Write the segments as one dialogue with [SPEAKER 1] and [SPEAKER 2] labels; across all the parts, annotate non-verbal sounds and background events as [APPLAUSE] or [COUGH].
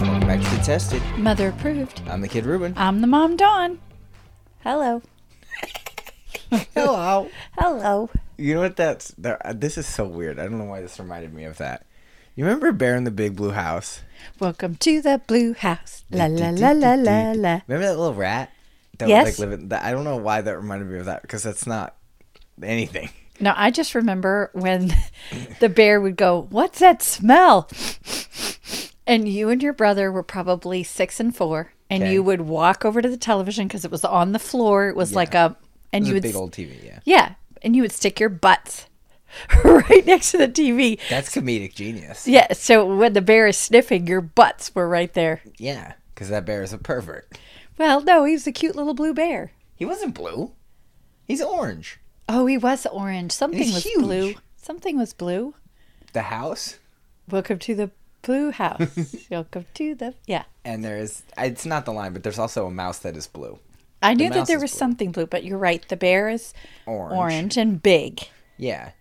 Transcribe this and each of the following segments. [SPEAKER 1] and tested.
[SPEAKER 2] Mother approved.
[SPEAKER 1] I'm the kid Ruben.
[SPEAKER 2] I'm the mom, Dawn. Hello.
[SPEAKER 1] Hello.
[SPEAKER 2] [LAUGHS] Hello.
[SPEAKER 1] You know what? That's that, uh, this is so weird. I don't know why this reminded me of that. You remember Bear in the Big Blue House?
[SPEAKER 2] Welcome to the blue house. La la la la la la.
[SPEAKER 1] Remember that little rat? That
[SPEAKER 2] Yes.
[SPEAKER 1] Was, like, living, that, I don't know why that reminded me of that because that's not anything. [LAUGHS]
[SPEAKER 2] No, I just remember when [LAUGHS] the bear would go, What's that smell? And you and your brother were probably six and four, and
[SPEAKER 1] Okay.
[SPEAKER 2] you would walk over to the television because it was on the floor. It was like a, and
[SPEAKER 1] It's
[SPEAKER 2] you
[SPEAKER 1] a
[SPEAKER 2] would,
[SPEAKER 1] big old TV. Yeah.
[SPEAKER 2] yeah, and you would stick your butts [LAUGHS] right next to the TV.
[SPEAKER 1] That's comedic genius.
[SPEAKER 2] Yeah, so when the bear is sniffing, your butts were right there.
[SPEAKER 1] Yeah. Because that bear is a pervert.
[SPEAKER 2] Well, no, he was a cute little blue bear.
[SPEAKER 1] He wasn't blue. He's orange.
[SPEAKER 2] Oh, he was orange. Something
[SPEAKER 1] He's
[SPEAKER 2] was
[SPEAKER 1] huge.
[SPEAKER 2] blue. Something was blue.
[SPEAKER 1] The house.
[SPEAKER 2] Welcome to the blue house.
[SPEAKER 1] [LAUGHS]
[SPEAKER 2] Welcome to the yeah.
[SPEAKER 1] And there is. It's not the line, but there's also a mouse that is blue.
[SPEAKER 2] I knew
[SPEAKER 1] mouse
[SPEAKER 2] that there
[SPEAKER 1] is
[SPEAKER 2] was
[SPEAKER 1] blue.
[SPEAKER 2] something blue, but you're right. The bear is
[SPEAKER 1] Orange.
[SPEAKER 2] orange and big.
[SPEAKER 1] Yeah.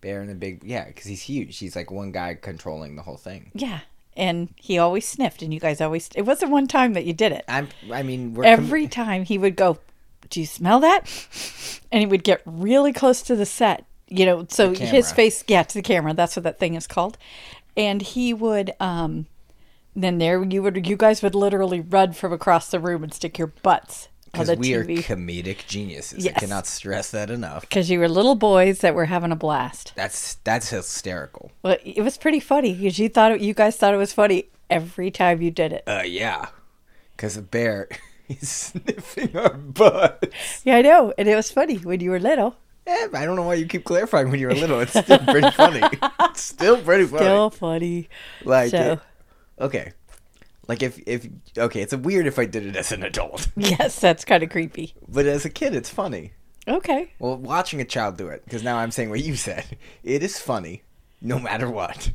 [SPEAKER 1] Bear in the big. Yeah, because he's huge. He's like one guy controlling the whole thing.
[SPEAKER 2] Yeah. And he always sniffed, and you guys always. It wasn't one time that you did it.
[SPEAKER 1] I'm. I mean, we're com-
[SPEAKER 2] Every time he would go, Do you smell that? And he would get really close to the set, you know, so
[SPEAKER 1] The
[SPEAKER 2] his
[SPEAKER 1] camera.
[SPEAKER 2] face, yeah, to the camera. That's what that thing is called. And he would, um, then there you would, you guys would literally run from across the room and stick your butts on the
[SPEAKER 1] Because we are
[SPEAKER 2] TV
[SPEAKER 1] comedic geniuses.
[SPEAKER 2] Yes.
[SPEAKER 1] I cannot stress that enough.
[SPEAKER 2] because you were little boys that were having a blast.
[SPEAKER 1] That's that's hysterical.
[SPEAKER 2] Well, it was pretty funny because you thought it, you guys thought it was funny every time you did it.
[SPEAKER 1] Uh, yeah. Because a bear [LAUGHS] is sniffing our butts.
[SPEAKER 2] Yeah, I know, and it was funny when you were little.
[SPEAKER 1] Eh, I don't know why you keep clarifying when you were little. It's still pretty
[SPEAKER 2] [LAUGHS]
[SPEAKER 1] funny. It's still pretty funny.
[SPEAKER 2] Still funny.
[SPEAKER 1] like,
[SPEAKER 2] so.
[SPEAKER 1] it- okay. Like if if okay, it's weird if I did it as an adult, [LAUGHS]
[SPEAKER 2] Yes, that's kind of creepy.
[SPEAKER 1] but as a kid, it's funny.
[SPEAKER 2] Okay.
[SPEAKER 1] Well, watching a child do it, because now I'm saying what you said. It is funny, no matter what.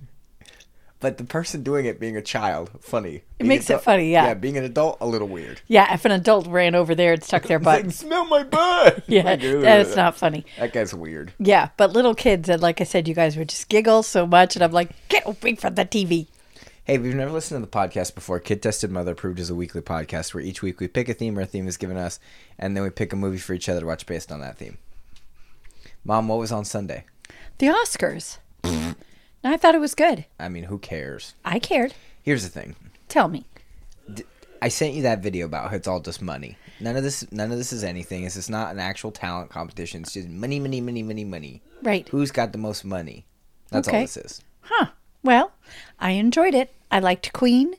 [SPEAKER 1] But the person doing it being a child, funny. Being
[SPEAKER 2] makes it
[SPEAKER 1] adult-
[SPEAKER 2] funny, yeah.
[SPEAKER 1] Yeah, being an adult, a little weird.
[SPEAKER 2] Yeah, if an adult ran over there and stuck their
[SPEAKER 1] It's [LAUGHS] like,
[SPEAKER 2] butt.
[SPEAKER 1] smell my butt.
[SPEAKER 2] [LAUGHS] Yeah,
[SPEAKER 1] Like, "Ugh."
[SPEAKER 2] that's not funny.
[SPEAKER 1] That guy's weird.
[SPEAKER 2] Yeah, but little kids, and like I said, you guys would just giggle so much, and I'm like, get away from the TV.
[SPEAKER 1] Hey, if you've never listened to the podcast before, Kid Tested Mother Approved is a weekly podcast where each week we pick a theme or a theme is given us, and then we pick a movie for each other to watch based on that theme. Mom, what was on Sunday? [LAUGHS]
[SPEAKER 2] The Oscars. and I thought it was good.
[SPEAKER 1] I mean, who cares?
[SPEAKER 2] I cared.
[SPEAKER 1] Here's the thing.
[SPEAKER 2] Tell me.
[SPEAKER 1] I sent you that video about how it's all just money. None of this, none of this is anything. This is not an actual talent competition. It's just money, money, money, money, money.
[SPEAKER 2] Right.
[SPEAKER 1] Who's got the most money? That's all
[SPEAKER 2] Okay.
[SPEAKER 1] this is.
[SPEAKER 2] Huh. Well, I enjoyed it. I liked Queen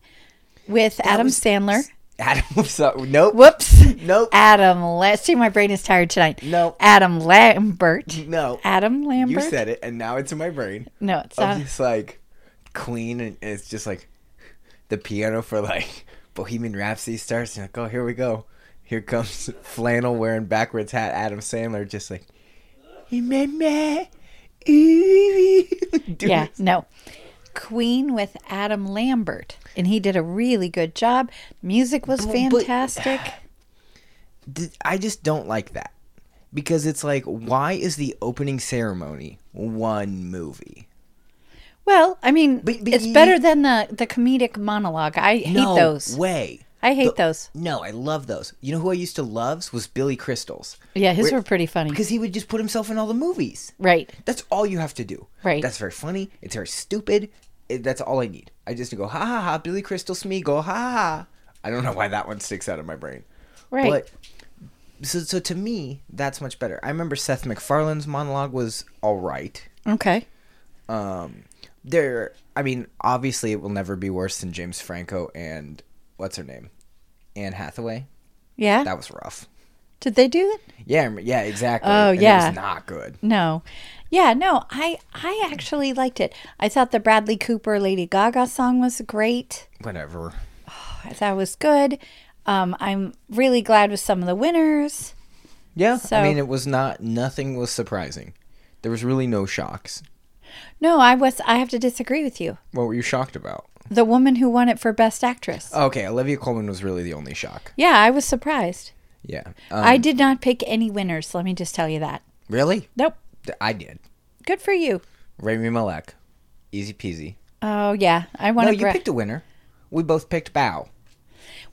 [SPEAKER 2] with Adam
[SPEAKER 1] was-
[SPEAKER 2] Sandler.
[SPEAKER 1] Adam, [LAUGHS] so, nope,
[SPEAKER 2] Whoops.
[SPEAKER 1] Nope.
[SPEAKER 2] Adam. La- See, my brain is tired tonight.
[SPEAKER 1] Nope.
[SPEAKER 2] Adam Lambert.
[SPEAKER 1] no.
[SPEAKER 2] Adam
[SPEAKER 1] Mm-hmm. you
[SPEAKER 2] Lambert.
[SPEAKER 1] said Oh, it, and now it's in my brain.
[SPEAKER 2] no, it's
[SPEAKER 1] I'm
[SPEAKER 2] not.
[SPEAKER 1] just like Queen, and it's just like the piano for like Bohemian Rhapsody starts, and like, oh, here we go. Here comes [LAUGHS] flannel wearing backwards hat Adam Sandler, just like, remember, ooh, [LAUGHS] Dude,
[SPEAKER 2] yeah, no. Queen with Adam Lambert, and he did a really good job. Music was
[SPEAKER 1] But- but-
[SPEAKER 2] fantastic.
[SPEAKER 1] Th- I just don't like that because it's like, why is the opening ceremony one movie?
[SPEAKER 2] well, I mean,
[SPEAKER 1] But- but
[SPEAKER 2] it's
[SPEAKER 1] you-
[SPEAKER 2] better than the the comedic monologue. I hate
[SPEAKER 1] no
[SPEAKER 2] those.
[SPEAKER 1] way.
[SPEAKER 2] I hate
[SPEAKER 1] The-
[SPEAKER 2] those.
[SPEAKER 1] No, I love those. You know who I used to loves was Billy Crystal's.
[SPEAKER 2] Yeah, his
[SPEAKER 1] Where-
[SPEAKER 2] were pretty funny.
[SPEAKER 1] because he would just put himself in all the movies.
[SPEAKER 2] Right.
[SPEAKER 1] That's all you have to do.
[SPEAKER 2] Right.
[SPEAKER 1] That's very funny. It's very stupid. It, that's all I need. I just go ha ha ha. Billy Crystal Smeagol ha ha. ha." I don't know why that one sticks out of my brain.
[SPEAKER 2] Right.
[SPEAKER 1] But so so to me, that's much better. I remember Seth MacFarlane's monologue was all right.
[SPEAKER 2] Okay.
[SPEAKER 1] Um, there. I mean, obviously, it will never be worse than James Franco and what's her name, Anne Hathaway.
[SPEAKER 2] Yeah.
[SPEAKER 1] That was rough.
[SPEAKER 2] did they do it?
[SPEAKER 1] Yeah, I rem- yeah, exactly.
[SPEAKER 2] Oh,
[SPEAKER 1] And
[SPEAKER 2] yeah.
[SPEAKER 1] it was not good.
[SPEAKER 2] No. Yeah, no. I I actually liked it. I thought the Bradley Cooper Lady Gaga song was great.
[SPEAKER 1] Whatever.
[SPEAKER 2] I thought it was good. Um, I'm really glad with some of the winners.
[SPEAKER 1] Yeah,
[SPEAKER 2] So-
[SPEAKER 1] I mean, it was not. Nothing was surprising. There was really no shocks.
[SPEAKER 2] No, I was. I have to disagree with you.
[SPEAKER 1] What were you shocked about?
[SPEAKER 2] The woman who won it for Best Actress.
[SPEAKER 1] Okay, Olivia Colman was really the only shock.
[SPEAKER 2] Yeah, I was surprised.
[SPEAKER 1] Yeah. Um,
[SPEAKER 2] I did not pick any winners. Let me just tell you that.
[SPEAKER 1] really?
[SPEAKER 2] Nope.
[SPEAKER 1] D- I did.
[SPEAKER 2] Good for you.
[SPEAKER 1] Rami Malek, easy peasy.
[SPEAKER 2] Oh yeah, I want
[SPEAKER 1] No,
[SPEAKER 2] to.
[SPEAKER 1] you picked a winner. we both picked Bow.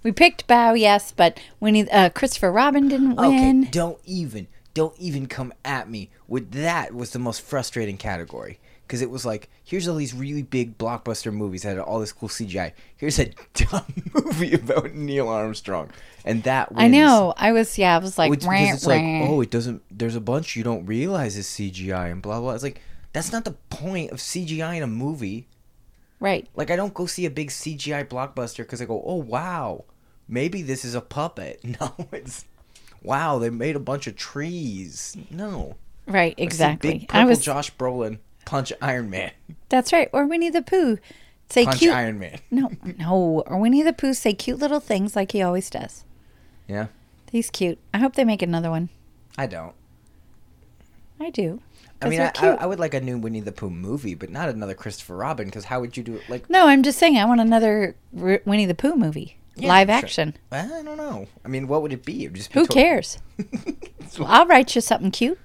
[SPEAKER 2] We picked Bow, yes, but when he, uh, Christopher Robin didn't win.
[SPEAKER 1] Okay, don't even, don't even come at me with that. Was the most frustrating category because it was like, here's all these really big blockbuster movies that had all this cool CGI. Here's a [LAUGHS] dumb movie about Neil Armstrong, and that wins.
[SPEAKER 2] I know. I was, yeah, I was like,
[SPEAKER 1] Which,
[SPEAKER 2] "Wah,
[SPEAKER 1] because it's
[SPEAKER 2] wah."
[SPEAKER 1] like, oh, it doesn't. There's a bunch you don't realize is CGI and blah blah. It's like that's not the point of CGI in a movie.
[SPEAKER 2] right.
[SPEAKER 1] Like I don't go see a big CGI blockbuster because I go, oh wow, maybe this is a puppet. [LAUGHS] No, it's wow they made a bunch of trees. No,
[SPEAKER 2] Right,
[SPEAKER 1] I see
[SPEAKER 2] exactly.
[SPEAKER 1] Big
[SPEAKER 2] I
[SPEAKER 1] purple
[SPEAKER 2] was.
[SPEAKER 1] Josh Brolin punch Iron
[SPEAKER 2] [LAUGHS]
[SPEAKER 1] Man
[SPEAKER 2] That's right. Or Winnie the Pooh. Say
[SPEAKER 1] punch
[SPEAKER 2] cute.
[SPEAKER 1] Iron Man.
[SPEAKER 2] No, no. Or Winnie the Pooh say cute little things like he always does.
[SPEAKER 1] Yeah,
[SPEAKER 2] He's cute. I hope they make another one.
[SPEAKER 1] I don't.
[SPEAKER 2] I do.
[SPEAKER 1] I
[SPEAKER 2] 'Cause
[SPEAKER 1] mean,
[SPEAKER 2] they're
[SPEAKER 1] I, I,
[SPEAKER 2] cute.
[SPEAKER 1] I would like a new Winnie the Pooh movie, but not another Christopher Robin. Because how would you do it? Like,
[SPEAKER 2] no, I'm just saying I want another R- Winnie the Pooh movie,
[SPEAKER 1] Yeah,
[SPEAKER 2] live
[SPEAKER 1] sure.
[SPEAKER 2] action.
[SPEAKER 1] I don't know. I mean, what would it be? It would just be
[SPEAKER 2] Who
[SPEAKER 1] to-
[SPEAKER 2] cares? I'll write you something cute.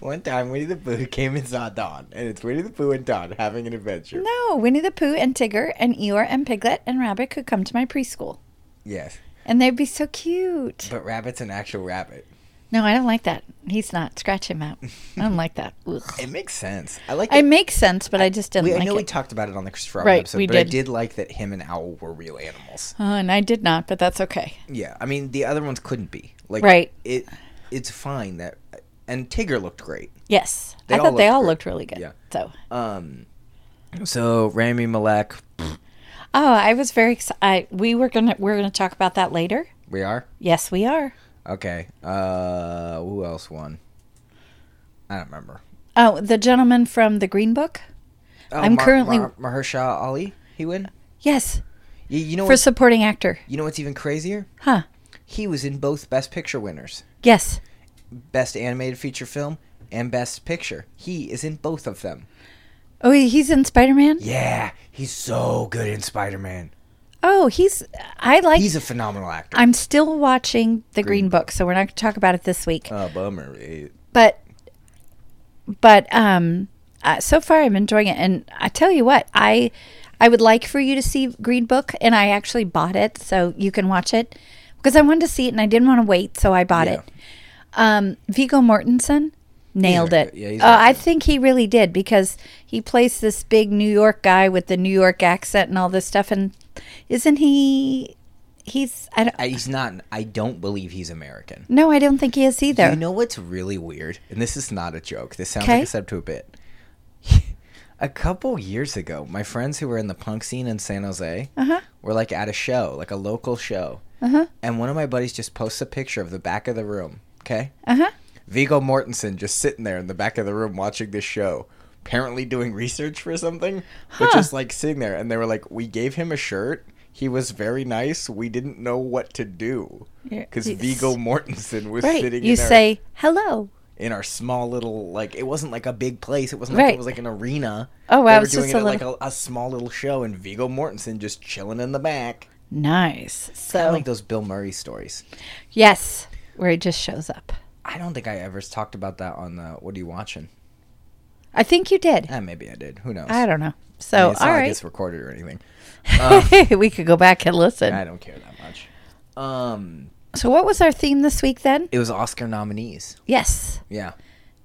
[SPEAKER 1] One time, Winnie the Pooh came and saw Dawn, and it's Winnie the Pooh and Dawn having an adventure.
[SPEAKER 2] No, Winnie the Pooh and Tigger and Eeyore and Piglet and Rabbit could come to my preschool,
[SPEAKER 1] Yes,
[SPEAKER 2] and they'd be so cute.
[SPEAKER 1] but Rabbit's an actual rabbit.
[SPEAKER 2] No, I don't like that. He's not. Scratch him out. I don't
[SPEAKER 1] [LAUGHS]
[SPEAKER 2] like that. Ugh.
[SPEAKER 1] It makes sense. I like.
[SPEAKER 2] It
[SPEAKER 1] It.
[SPEAKER 2] makes sense, but I, just didn't
[SPEAKER 1] We, I
[SPEAKER 2] like
[SPEAKER 1] know we
[SPEAKER 2] it.
[SPEAKER 1] talked about it on the Christopher Robin
[SPEAKER 2] Right,
[SPEAKER 1] episode,
[SPEAKER 2] we
[SPEAKER 1] but I
[SPEAKER 2] did.
[SPEAKER 1] did like that him and Owl were real animals.
[SPEAKER 2] Oh, and I did not, but that's okay.
[SPEAKER 1] Yeah, I mean the other ones couldn't be. Like
[SPEAKER 2] Right.
[SPEAKER 1] It. It's fine that, and Tigger looked great.
[SPEAKER 2] Yes,
[SPEAKER 1] They
[SPEAKER 2] I
[SPEAKER 1] all
[SPEAKER 2] thought they
[SPEAKER 1] looked
[SPEAKER 2] all
[SPEAKER 1] great.
[SPEAKER 2] looked really good.
[SPEAKER 1] Yeah.
[SPEAKER 2] So,
[SPEAKER 1] Um, so Rami Malek,
[SPEAKER 2] oh, I was very excited. We were gonna we're gonna talk about that later.
[SPEAKER 1] we are
[SPEAKER 2] Yes, we are.
[SPEAKER 1] okay. Uh, who else won? I don't remember.
[SPEAKER 2] Oh, the gentleman from the Green Book.
[SPEAKER 1] Oh,
[SPEAKER 2] I'm currently-
[SPEAKER 1] Mahershala Ali. He win.
[SPEAKER 2] Yes,
[SPEAKER 1] You, you know
[SPEAKER 2] for
[SPEAKER 1] what's,
[SPEAKER 2] supporting actor.
[SPEAKER 1] you know what's even crazier?
[SPEAKER 2] Huh?
[SPEAKER 1] He was in both Best Picture winners,
[SPEAKER 2] Yes.
[SPEAKER 1] Best Animated Feature Film and Best Picture. He is in both of them.
[SPEAKER 2] Oh, he's in Spider Man.
[SPEAKER 1] Yeah, he's so good in Spider-Man.
[SPEAKER 2] Oh, he's. I like.
[SPEAKER 1] He's a phenomenal actor.
[SPEAKER 2] I'm still watching the Green, Book, so we're not going to talk about it this week.
[SPEAKER 1] Oh, bummer. eh.
[SPEAKER 2] but, but um, uh, so far I'm enjoying it, and I tell you what, I, I would like for you to see Green Book, and I actually bought it so you can watch it because I wanted to see it and I didn't want to wait, so I bought
[SPEAKER 1] Yeah.
[SPEAKER 2] it. Um, Vigo Mortensen nailed
[SPEAKER 1] very
[SPEAKER 2] it.
[SPEAKER 1] good. Yeah, he's
[SPEAKER 2] Uh,
[SPEAKER 1] very
[SPEAKER 2] I
[SPEAKER 1] good.
[SPEAKER 2] think he really did because he plays this big New York guy with the New York accent and all this stuff. And isn't he? He's I don't.
[SPEAKER 1] I, he's not. I don't believe he's American.
[SPEAKER 2] no, I don't think he is either.
[SPEAKER 1] You know what's really weird? And this is not a joke. This sounds like
[SPEAKER 2] Okay.
[SPEAKER 1] a sub to a bit. [LAUGHS] a couple years ago, my friends who were in the punk scene in San Jose
[SPEAKER 2] Uh-huh.
[SPEAKER 1] were like at a show, like a local show. And one of my buddies just posts a picture of the back of the room. Okay?
[SPEAKER 2] uh huh.
[SPEAKER 1] Vigo Mortensen just sitting there in the back of the room watching this show, apparently doing research for something, but just like sitting there. And they were like, We gave him a shirt. He was very nice. We didn't know what to do.
[SPEAKER 2] Yeah,
[SPEAKER 1] Because
[SPEAKER 2] it's-
[SPEAKER 1] Vigo Mortensen was
[SPEAKER 2] Right.
[SPEAKER 1] sitting
[SPEAKER 2] You
[SPEAKER 1] in our-
[SPEAKER 2] say hello.
[SPEAKER 1] in our small little like it wasn't like a big place. It wasn't like
[SPEAKER 2] Right.
[SPEAKER 1] it was like an arena.
[SPEAKER 2] Oh,
[SPEAKER 1] They
[SPEAKER 2] wow,
[SPEAKER 1] were
[SPEAKER 2] it's just
[SPEAKER 1] doing
[SPEAKER 2] a
[SPEAKER 1] it at, like a, a small little show, and Vigo Mortensen just chilling in the back.
[SPEAKER 2] Nice.
[SPEAKER 1] I
[SPEAKER 2] So
[SPEAKER 1] like those Bill Murray stories.
[SPEAKER 2] yes, where he just shows up.
[SPEAKER 1] I don't think I ever talked about that on the What Are You Watching?
[SPEAKER 2] I think you did.
[SPEAKER 1] Eh, maybe I did. Who knows?
[SPEAKER 2] I don't know.
[SPEAKER 1] I mean,
[SPEAKER 2] So
[SPEAKER 1] it's
[SPEAKER 2] all
[SPEAKER 1] not like uh,
[SPEAKER 2] right,
[SPEAKER 1] it's recorded or anything.
[SPEAKER 2] [LAUGHS] we could go back and listen.
[SPEAKER 1] I don't care that much. Um,
[SPEAKER 2] So what was our theme this week then?
[SPEAKER 1] it was Oscar nominees.
[SPEAKER 2] Yes,
[SPEAKER 1] Yeah,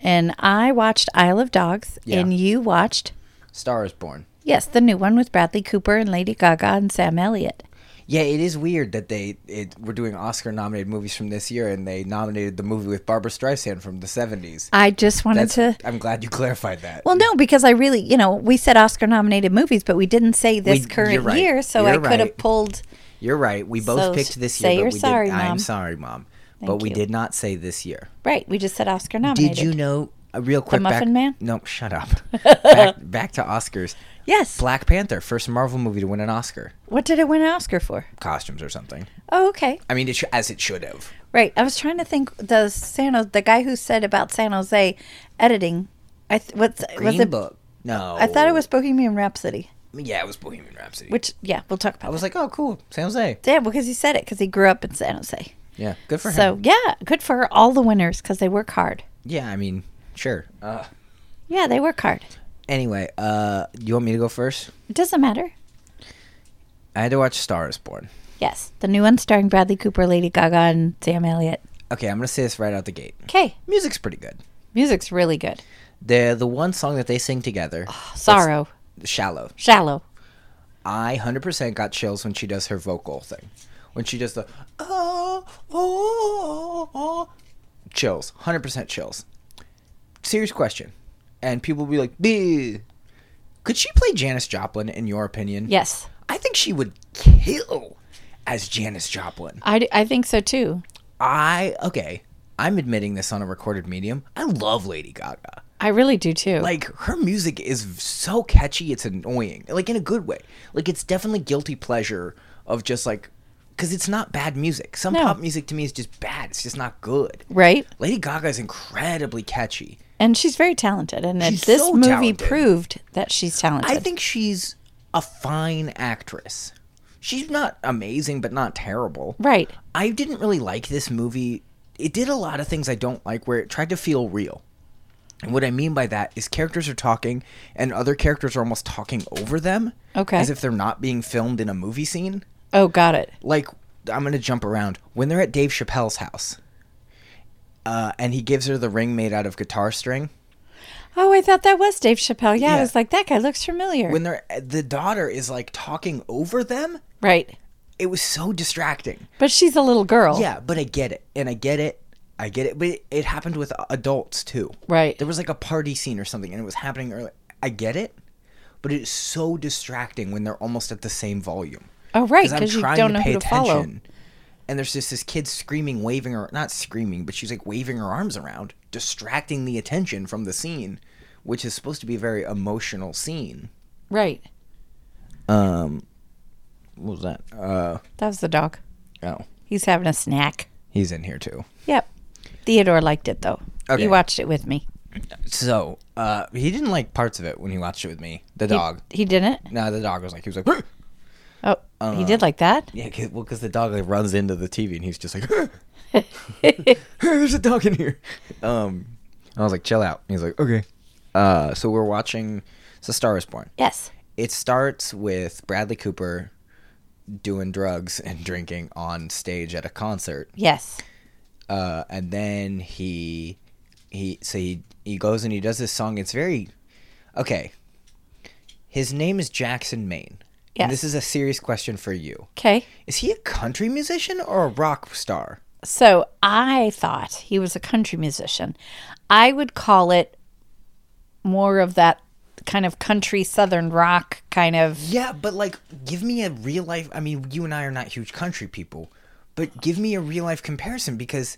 [SPEAKER 2] and I watched Isle of Dogs,
[SPEAKER 1] Yeah.
[SPEAKER 2] and you watched
[SPEAKER 1] Star is Born.
[SPEAKER 2] yes the new one with Bradley Cooper and Lady Gaga and Sam Elliott.
[SPEAKER 1] Yeah, it is weird that they it, we're doing Oscar nominated movies from this year, and they nominated the movie with Barbara Streisand from the seventies.
[SPEAKER 2] I just wanted
[SPEAKER 1] That's,
[SPEAKER 2] to.
[SPEAKER 1] I'm glad you clarified that.
[SPEAKER 2] Well, no, because I really, you know, we said Oscar nominated movies, but we didn't say this
[SPEAKER 1] We- you're
[SPEAKER 2] current
[SPEAKER 1] right.
[SPEAKER 2] year, so I
[SPEAKER 1] You're
[SPEAKER 2] could
[SPEAKER 1] right.
[SPEAKER 2] have pulled.
[SPEAKER 1] You're right. We both
[SPEAKER 2] So
[SPEAKER 1] picked this year,
[SPEAKER 2] say
[SPEAKER 1] but
[SPEAKER 2] you're
[SPEAKER 1] we
[SPEAKER 2] sorry,
[SPEAKER 1] did. I'm
[SPEAKER 2] Mom.
[SPEAKER 1] sorry, mom, but we
[SPEAKER 2] you.
[SPEAKER 1] did not say this year.
[SPEAKER 2] Right, we just said Oscar nominated.
[SPEAKER 1] Did you know? Uh, real quick, back,
[SPEAKER 2] Muffin Man?
[SPEAKER 1] No, shut
[SPEAKER 2] [LAUGHS]
[SPEAKER 1] up. back, back to Oscars.
[SPEAKER 2] Yes.
[SPEAKER 1] Black Panther, first Marvel movie to win an Oscar,
[SPEAKER 2] What did it win an Oscar for?
[SPEAKER 1] costumes or something.
[SPEAKER 2] Oh, okay.
[SPEAKER 1] I mean, it sh- as it should have.
[SPEAKER 2] Right. I was trying to think the San Jose, the guy who said about San Jose editing. I th- what's was
[SPEAKER 1] Green
[SPEAKER 2] it?
[SPEAKER 1] Book. No,
[SPEAKER 2] I thought it was Bohemian Rhapsody,
[SPEAKER 1] Yeah, it was Bohemian Rhapsody.
[SPEAKER 2] which yeah, we'll talk about.
[SPEAKER 1] I was like, oh, cool, San Jose.
[SPEAKER 2] yeah, because he said it because he grew up in San Jose.
[SPEAKER 1] Yeah, good for
[SPEAKER 2] So
[SPEAKER 1] him.
[SPEAKER 2] yeah, good for all the winners because they work hard.
[SPEAKER 1] Yeah, I mean, sure. Uh,
[SPEAKER 2] Yeah, they work hard.
[SPEAKER 1] anyway, uh, you want me to go first?
[SPEAKER 2] It doesn't matter.
[SPEAKER 1] I had to watch Star is Born.
[SPEAKER 2] Yes, the new one starring Bradley Cooper, Lady Gaga, and Sam Elliott.
[SPEAKER 1] Okay, I'm gonna say this right out the gate.
[SPEAKER 2] Okay,
[SPEAKER 1] Music's pretty good.
[SPEAKER 2] music's really good.
[SPEAKER 1] The the one song that they sing together,
[SPEAKER 2] Sorrow,
[SPEAKER 1] "Shallow."
[SPEAKER 2] shallow.
[SPEAKER 1] I hundred percent got chills when she does her vocal thing, when she does the oh oh, oh. chills, hundred percent chills. Serious question, and people will be like, "Bleh." could she play Janis Joplin?" In your opinion,
[SPEAKER 2] Yes,
[SPEAKER 1] I think she would kill as Janis Joplin.
[SPEAKER 2] I, d- I think so too.
[SPEAKER 1] I okay. I'm admitting this on a recorded medium. I love Lady Gaga.
[SPEAKER 2] I really do too.
[SPEAKER 1] Like her music is so catchy, it's annoying. Like in a good way. Like it's definitely guilty pleasure of just like because it's not bad music. Some
[SPEAKER 2] No.
[SPEAKER 1] pop music to me is just bad. It's just not good.
[SPEAKER 2] right?
[SPEAKER 1] Lady Gaga is incredibly catchy.
[SPEAKER 2] And she's very talented. And
[SPEAKER 1] She's
[SPEAKER 2] this
[SPEAKER 1] so
[SPEAKER 2] movie
[SPEAKER 1] talented.
[SPEAKER 2] proved that she's talented.
[SPEAKER 1] I think she's a fine actress. She's not amazing, but not terrible.
[SPEAKER 2] Right.
[SPEAKER 1] I didn't really like this movie. It did a lot of things I don't like where it tried to feel real. And what I mean by that is characters are talking and other characters are almost talking over them.
[SPEAKER 2] Okay.
[SPEAKER 1] As if they're not being filmed in a movie scene.
[SPEAKER 2] Oh, got it.
[SPEAKER 1] Like, I'm going to jump around. When they're at Dave Chappelle's house uh, and he gives her the ring made out of guitar string.
[SPEAKER 2] Oh, I thought that was Dave Chappelle. Yeah, I
[SPEAKER 1] Yeah.
[SPEAKER 2] was like, that guy looks familiar.
[SPEAKER 1] When they're, the daughter is like talking over them.
[SPEAKER 2] right.
[SPEAKER 1] It was so distracting.
[SPEAKER 2] But she's a little girl.
[SPEAKER 1] Yeah, but I get it, and I get it, I get it. But it, it happened with adults too.
[SPEAKER 2] Right.
[SPEAKER 1] There was like a party scene or something, and it was happening early. I get it, but it's so distracting when they're almost at the same volume.
[SPEAKER 2] Oh, right. Because you don't know who to follow.
[SPEAKER 1] And there's just this kid screaming, waving her, not screaming, but she's like waving her arms around, distracting the attention from the scene, which is supposed to be a very emotional scene.
[SPEAKER 2] Right.
[SPEAKER 1] Um, what was that? Uh,
[SPEAKER 2] That was the dog.
[SPEAKER 1] oh,
[SPEAKER 2] He's having a snack.
[SPEAKER 1] he's in here too.
[SPEAKER 2] Yep. Theodore liked it, though.
[SPEAKER 1] Okay.
[SPEAKER 2] He watched it with me.
[SPEAKER 1] So, uh, he didn't like parts of it when he watched it with me. The
[SPEAKER 2] He-
[SPEAKER 1] dog.
[SPEAKER 2] He, didn't?
[SPEAKER 1] No, the dog was like, he was like,
[SPEAKER 2] Oh, he did like that? [LAUGHS]
[SPEAKER 1] yeah, cause, well, because the dog like runs into the TV and he's just like, there's a dog in here. Um, I was like, chill out. He's like, okay. Uh, so we're watching so Star is Born.
[SPEAKER 2] Yes.
[SPEAKER 1] It starts with Bradley Cooper doing drugs and drinking on stage at a concert.
[SPEAKER 2] Yes.
[SPEAKER 1] uh, and then he he so he he goes and he does this song. It's very okay. His name is Jackson Maine. And this
[SPEAKER 2] Yes.
[SPEAKER 1] is a serious question for you.
[SPEAKER 2] Okay.
[SPEAKER 1] Is he a country musician or a rock star?
[SPEAKER 2] So I thought he was a country musician. I would call it more of that kind of country southern rock kind of.
[SPEAKER 1] Yeah, but like, give me a real life. I mean, you and I are not huge country people, but give me a real life comparison because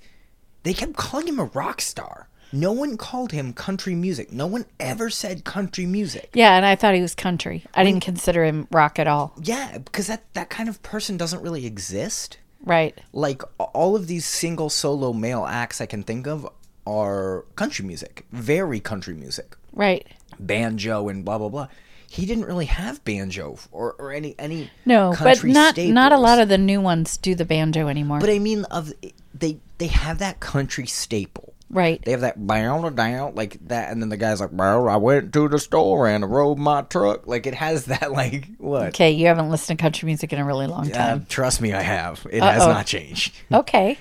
[SPEAKER 1] they kept calling him a rock star. No one called him country music. No one ever said country music.
[SPEAKER 2] Yeah, and I thought he was country. I didn't consider him rock at all.
[SPEAKER 1] Yeah, because that that kind of person doesn't really exist.
[SPEAKER 2] Right.
[SPEAKER 1] like a- all of these single solo male acts I can think of are country music, very country music,
[SPEAKER 2] Right.
[SPEAKER 1] banjo and blah blah blah. He didn't really have banjo or, or any any
[SPEAKER 2] No, but not not a
[SPEAKER 1] staples.
[SPEAKER 2] lot of the new ones do the banjo anymore.
[SPEAKER 1] But I mean, of they they have that country staple.
[SPEAKER 2] right.
[SPEAKER 1] They have that down down like that, and then the guy's like, "Well, I went to the store and rode my truck." Like it has that like what?
[SPEAKER 2] okay, you haven't listened to country music in a really long
[SPEAKER 1] Uh,
[SPEAKER 2] time.
[SPEAKER 1] trust me, I have. It has
[SPEAKER 2] Uh-oh.
[SPEAKER 1] not changed.
[SPEAKER 2] okay.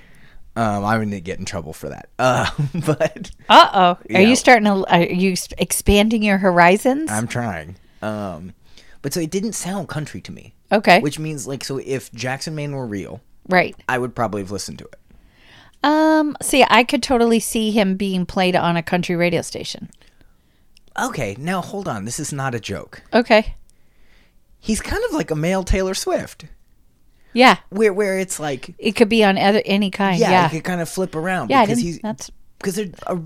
[SPEAKER 1] Um, I'm gonna get in trouble for that. [LAUGHS] Uh, but
[SPEAKER 2] Uh oh. Are
[SPEAKER 1] Yeah.
[SPEAKER 2] you starting to? Are you s- expanding your horizons?
[SPEAKER 1] I'm trying. Um, but so it didn't sound country to me,
[SPEAKER 2] okay.
[SPEAKER 1] which means like so if Jackson Maine were real,
[SPEAKER 2] right.
[SPEAKER 1] I would probably have listened to it.
[SPEAKER 2] Um. See, I could totally see him being played on a country radio station.
[SPEAKER 1] Okay, now hold on. This is not a joke.
[SPEAKER 2] Okay.
[SPEAKER 1] He's kind of like a male Taylor Swift,
[SPEAKER 2] Yeah.
[SPEAKER 1] where where it's like
[SPEAKER 2] It could be on other any kind.
[SPEAKER 1] yeah,
[SPEAKER 2] Yeah. Yeah.
[SPEAKER 1] it could kind of flip around
[SPEAKER 2] I
[SPEAKER 1] because
[SPEAKER 2] didn't-
[SPEAKER 1] he's
[SPEAKER 2] that's
[SPEAKER 1] because there are,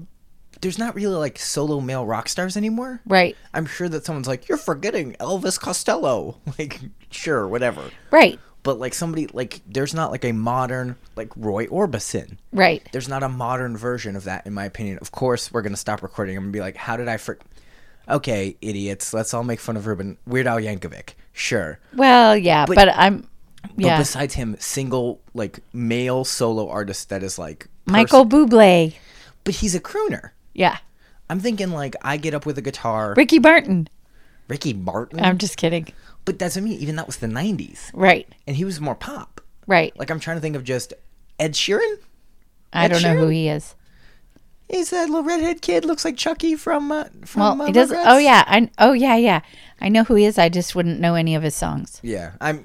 [SPEAKER 1] there's not really like solo male rock stars anymore.
[SPEAKER 2] right.
[SPEAKER 1] I'm sure that someone's like, you're forgetting Elvis Costello. [LAUGHS] Like, sure, whatever.
[SPEAKER 2] Right.
[SPEAKER 1] But like somebody like there's not like a modern like Roy Orbison.
[SPEAKER 2] Right.
[SPEAKER 1] there's not a modern version of that in my opinion of course we're going to stop recording i'm going to be like how did i for okay idiots let's all make fun of ruben weird al yankovic sure
[SPEAKER 2] Well, yeah, but, I'm.
[SPEAKER 1] but
[SPEAKER 2] Yeah.
[SPEAKER 1] besides him single like male solo artist that is like
[SPEAKER 2] Michael
[SPEAKER 1] pers-
[SPEAKER 2] Bublé.
[SPEAKER 1] but he's a crooner
[SPEAKER 2] Yeah.
[SPEAKER 1] i'm thinking like i get up with a guitar
[SPEAKER 2] Ricky Martin.
[SPEAKER 1] Ricky Martin.
[SPEAKER 2] I'm just kidding.
[SPEAKER 1] but that's what I mean. Even that was the '90s,
[SPEAKER 2] Right.
[SPEAKER 1] and he was more pop.
[SPEAKER 2] Right.
[SPEAKER 1] Like I'm trying to think of just Ed Sheeran.
[SPEAKER 2] I
[SPEAKER 1] Ed
[SPEAKER 2] don't know who
[SPEAKER 1] Sheeran?
[SPEAKER 2] he is.
[SPEAKER 1] He's that little redhead kid. Looks like Chucky from uh, from.
[SPEAKER 2] Well,
[SPEAKER 1] uh,
[SPEAKER 2] he does.
[SPEAKER 1] Rugrats.
[SPEAKER 2] Oh yeah. I oh yeah yeah. I know who he is. I just wouldn't know any of his songs.
[SPEAKER 1] Yeah, I'm.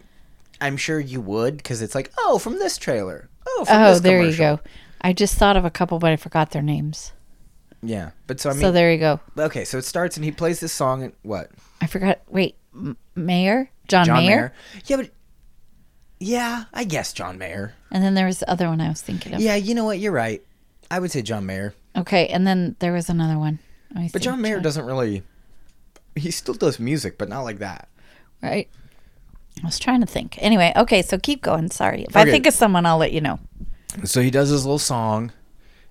[SPEAKER 1] I'm sure you would because it's like, oh, from this trailer. Oh, from
[SPEAKER 2] Oh,
[SPEAKER 1] this
[SPEAKER 2] there you
[SPEAKER 1] commercial.
[SPEAKER 2] go. I just thought of a couple, but I forgot their names.
[SPEAKER 1] Yeah, but so I mean,
[SPEAKER 2] so there you go.
[SPEAKER 1] okay, so it starts and he plays this song and what?
[SPEAKER 2] I forgot. Wait, M- Mayer, John, Mayer?
[SPEAKER 1] Yeah, but yeah, I guess John Mayer.
[SPEAKER 2] and then there was the other one I was thinking of.
[SPEAKER 1] Yeah, you know what? You're right. I would say John Mayer,
[SPEAKER 2] Okay, and then there was another one. I
[SPEAKER 1] but John Mayer doesn't really. He still does music, but not like that.
[SPEAKER 2] right. I was trying to think. Anyway, okay, so keep going. Sorry. If I
[SPEAKER 1] Okay.
[SPEAKER 2] think of someone, I'll let you know.
[SPEAKER 1] So he does his little song,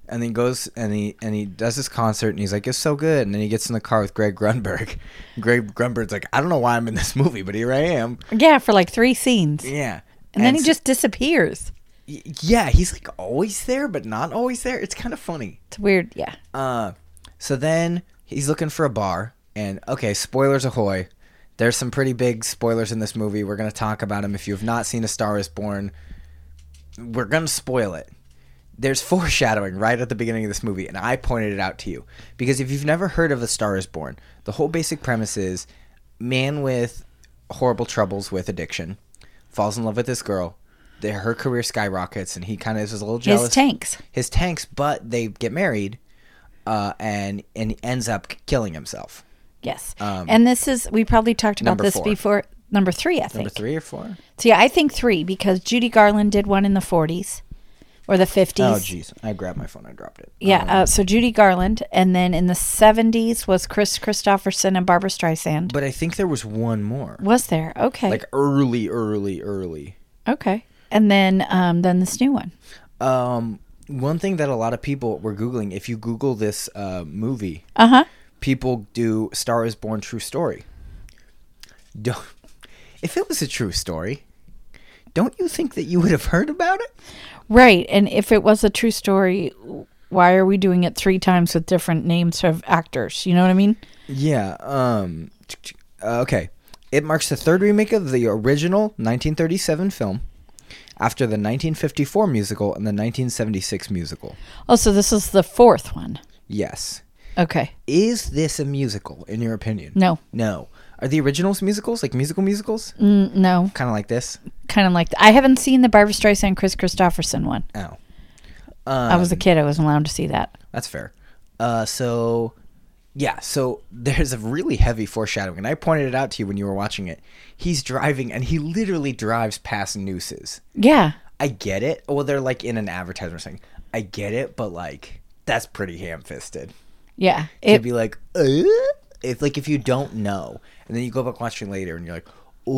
[SPEAKER 1] and then he goes and he and he does his concert, and he's like, "It's so good." And then he gets in the car with Greg Grunberg. [LAUGHS] Greg Grunberg's like, "I don't know why I'm in this movie, but here I am."
[SPEAKER 2] Yeah, for like three scenes.
[SPEAKER 1] Yeah,
[SPEAKER 2] And, then he
[SPEAKER 1] so-
[SPEAKER 2] just disappears.
[SPEAKER 1] y- yeah, he's like always there, but not always there. It's kind of funny.
[SPEAKER 2] It's weird. Yeah.
[SPEAKER 1] Uh, so then he's looking for a bar, and okay, spoilers ahoy! There's some pretty big spoilers in this movie. We're gonna talk about them. If you have not seen A Star Is Born, we're gonna spoil it. There's [LAUGHS] foreshadowing right at the beginning of this movie, and I pointed it out to you because if you've never heard of A Star Is Born, the whole basic premise is man with horrible troubles with addiction falls in love with this girl. Their, her career skyrockets, and he kind of is a little jealous
[SPEAKER 2] His tanks.
[SPEAKER 1] his tanks, but they get married, uh, and and he ends up k- killing himself.
[SPEAKER 2] Yes.
[SPEAKER 1] Um,
[SPEAKER 2] and this is, we probably talked about
[SPEAKER 1] number
[SPEAKER 2] this
[SPEAKER 1] four.
[SPEAKER 2] before. Number three, I think.
[SPEAKER 1] Number three or four?
[SPEAKER 2] So yeah, I think three because Judy Garland did one in the 40s or the 50s.
[SPEAKER 1] Oh, jeez, I grabbed my phone, I dropped it.
[SPEAKER 2] Yeah,
[SPEAKER 1] Um,
[SPEAKER 2] uh, so Judy Garland, and then in the seventies was Chris Christopherson and Barbara Streisand.
[SPEAKER 1] but I think there was one more,
[SPEAKER 2] Was there? Okay,
[SPEAKER 1] like early, early, early.
[SPEAKER 2] okay, and then um, then this new one.
[SPEAKER 1] Um, one thing that a lot of people were googling, if you Google this uh, movie,
[SPEAKER 2] Uh huh.
[SPEAKER 1] people do "Star Is Born" true story. Don't, [LAUGHS] if it was a true story, don't you think that you would have heard about it?
[SPEAKER 2] Right, and if it was a true story, why are we doing it three times with different names of actors? You know what I mean?
[SPEAKER 1] Yeah. Um. uh, Okay. It marks the third remake of the original 1937 film, after the 1954 musical and the 1976 musical.
[SPEAKER 2] Oh, so this is the fourth one.
[SPEAKER 1] Yes.
[SPEAKER 2] Okay,
[SPEAKER 1] Is this a musical, in your opinion?
[SPEAKER 2] no,
[SPEAKER 1] No. Are the originals musicals, like musical musicals?
[SPEAKER 2] mm, no,
[SPEAKER 1] Kind of like this?
[SPEAKER 2] kind of like I haven't seen the Barbara Streisand Chris Christopherson one.
[SPEAKER 1] Oh. Um,
[SPEAKER 2] I was a kid; I wasn't allowed to see that.
[SPEAKER 1] That's fair. Uh, so, yeah, so there's a really heavy foreshadowing, and I pointed it out to you when you were watching it. He's driving, and he literally drives past nooses.
[SPEAKER 2] Yeah,
[SPEAKER 1] I get it. Well, they're like in an advertisement saying, I get it, but like that's pretty ham fisted.
[SPEAKER 2] yeah.
[SPEAKER 1] It'd
[SPEAKER 2] It,
[SPEAKER 1] be like, uh? if like if you don't know, and then you go back watching later, and you're like, oh,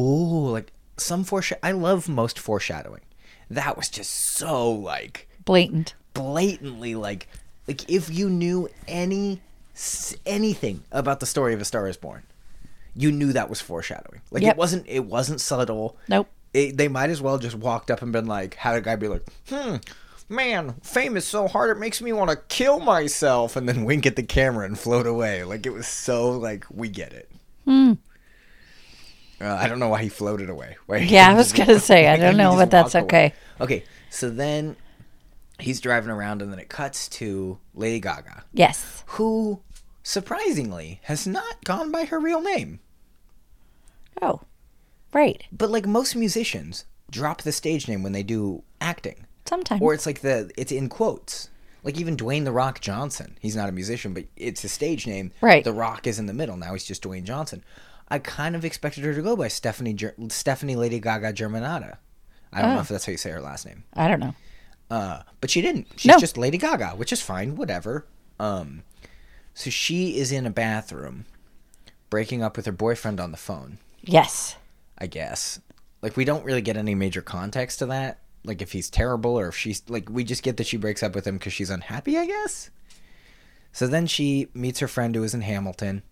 [SPEAKER 1] like some foreshadow. I love most foreshadowing. That was just so like
[SPEAKER 2] blatant.
[SPEAKER 1] blatantly like like if you knew any s- anything about the story of A Star Is Born, you knew that was foreshadowing. Like
[SPEAKER 2] Yep.
[SPEAKER 1] it wasn't it wasn't subtle.
[SPEAKER 2] Nope.
[SPEAKER 1] It, they might as well just walked up and been like, had a guy be like, hmm, man, fame is so hard it makes me want to kill myself, and then [LAUGHS] wink at the camera and float away. Like it was so like we get it.
[SPEAKER 2] Hmm.
[SPEAKER 1] Uh, I don't know why he floated away. [LAUGHS] Why he
[SPEAKER 2] Yeah, I
[SPEAKER 1] didn't
[SPEAKER 2] was
[SPEAKER 1] just-
[SPEAKER 2] gonna say,
[SPEAKER 1] [LAUGHS]
[SPEAKER 2] I
[SPEAKER 1] why
[SPEAKER 2] don't
[SPEAKER 1] didn't he
[SPEAKER 2] know,
[SPEAKER 1] just
[SPEAKER 2] but that's
[SPEAKER 1] walk away?
[SPEAKER 2] okay.
[SPEAKER 1] Okay, so then he's driving around, and then it cuts to Lady Gaga,
[SPEAKER 2] Yes.
[SPEAKER 1] who surprisingly has not gone by her real name.
[SPEAKER 2] Oh, right.
[SPEAKER 1] But like most musicians, drop the stage name when they do acting,
[SPEAKER 2] Sometimes.
[SPEAKER 1] or it's like the it's in quotes. Like even Dwayne the Rock Johnson, he's not a musician, but it's his stage name.
[SPEAKER 2] Right.
[SPEAKER 1] The Rock is in the middle now. He's just Dwayne Johnson. I kind of expected her to go by Stephanie Ger- Stephanie Lady Gaga Germanata. I don't know
[SPEAKER 2] Oh.
[SPEAKER 1] if that's how you say her last name.
[SPEAKER 2] I don't know.
[SPEAKER 1] Uh, but she didn't. She's
[SPEAKER 2] No.
[SPEAKER 1] just Lady Gaga, which is fine, whatever. Um, so she is in a bathroom, breaking up with her boyfriend on the phone.
[SPEAKER 2] Yes.
[SPEAKER 1] I guess. Like we don't really get any major context to that. Like if he's terrible or if she's like we just get that she breaks up with him because she's unhappy. I guess. So then she meets her friend who is in Hamilton.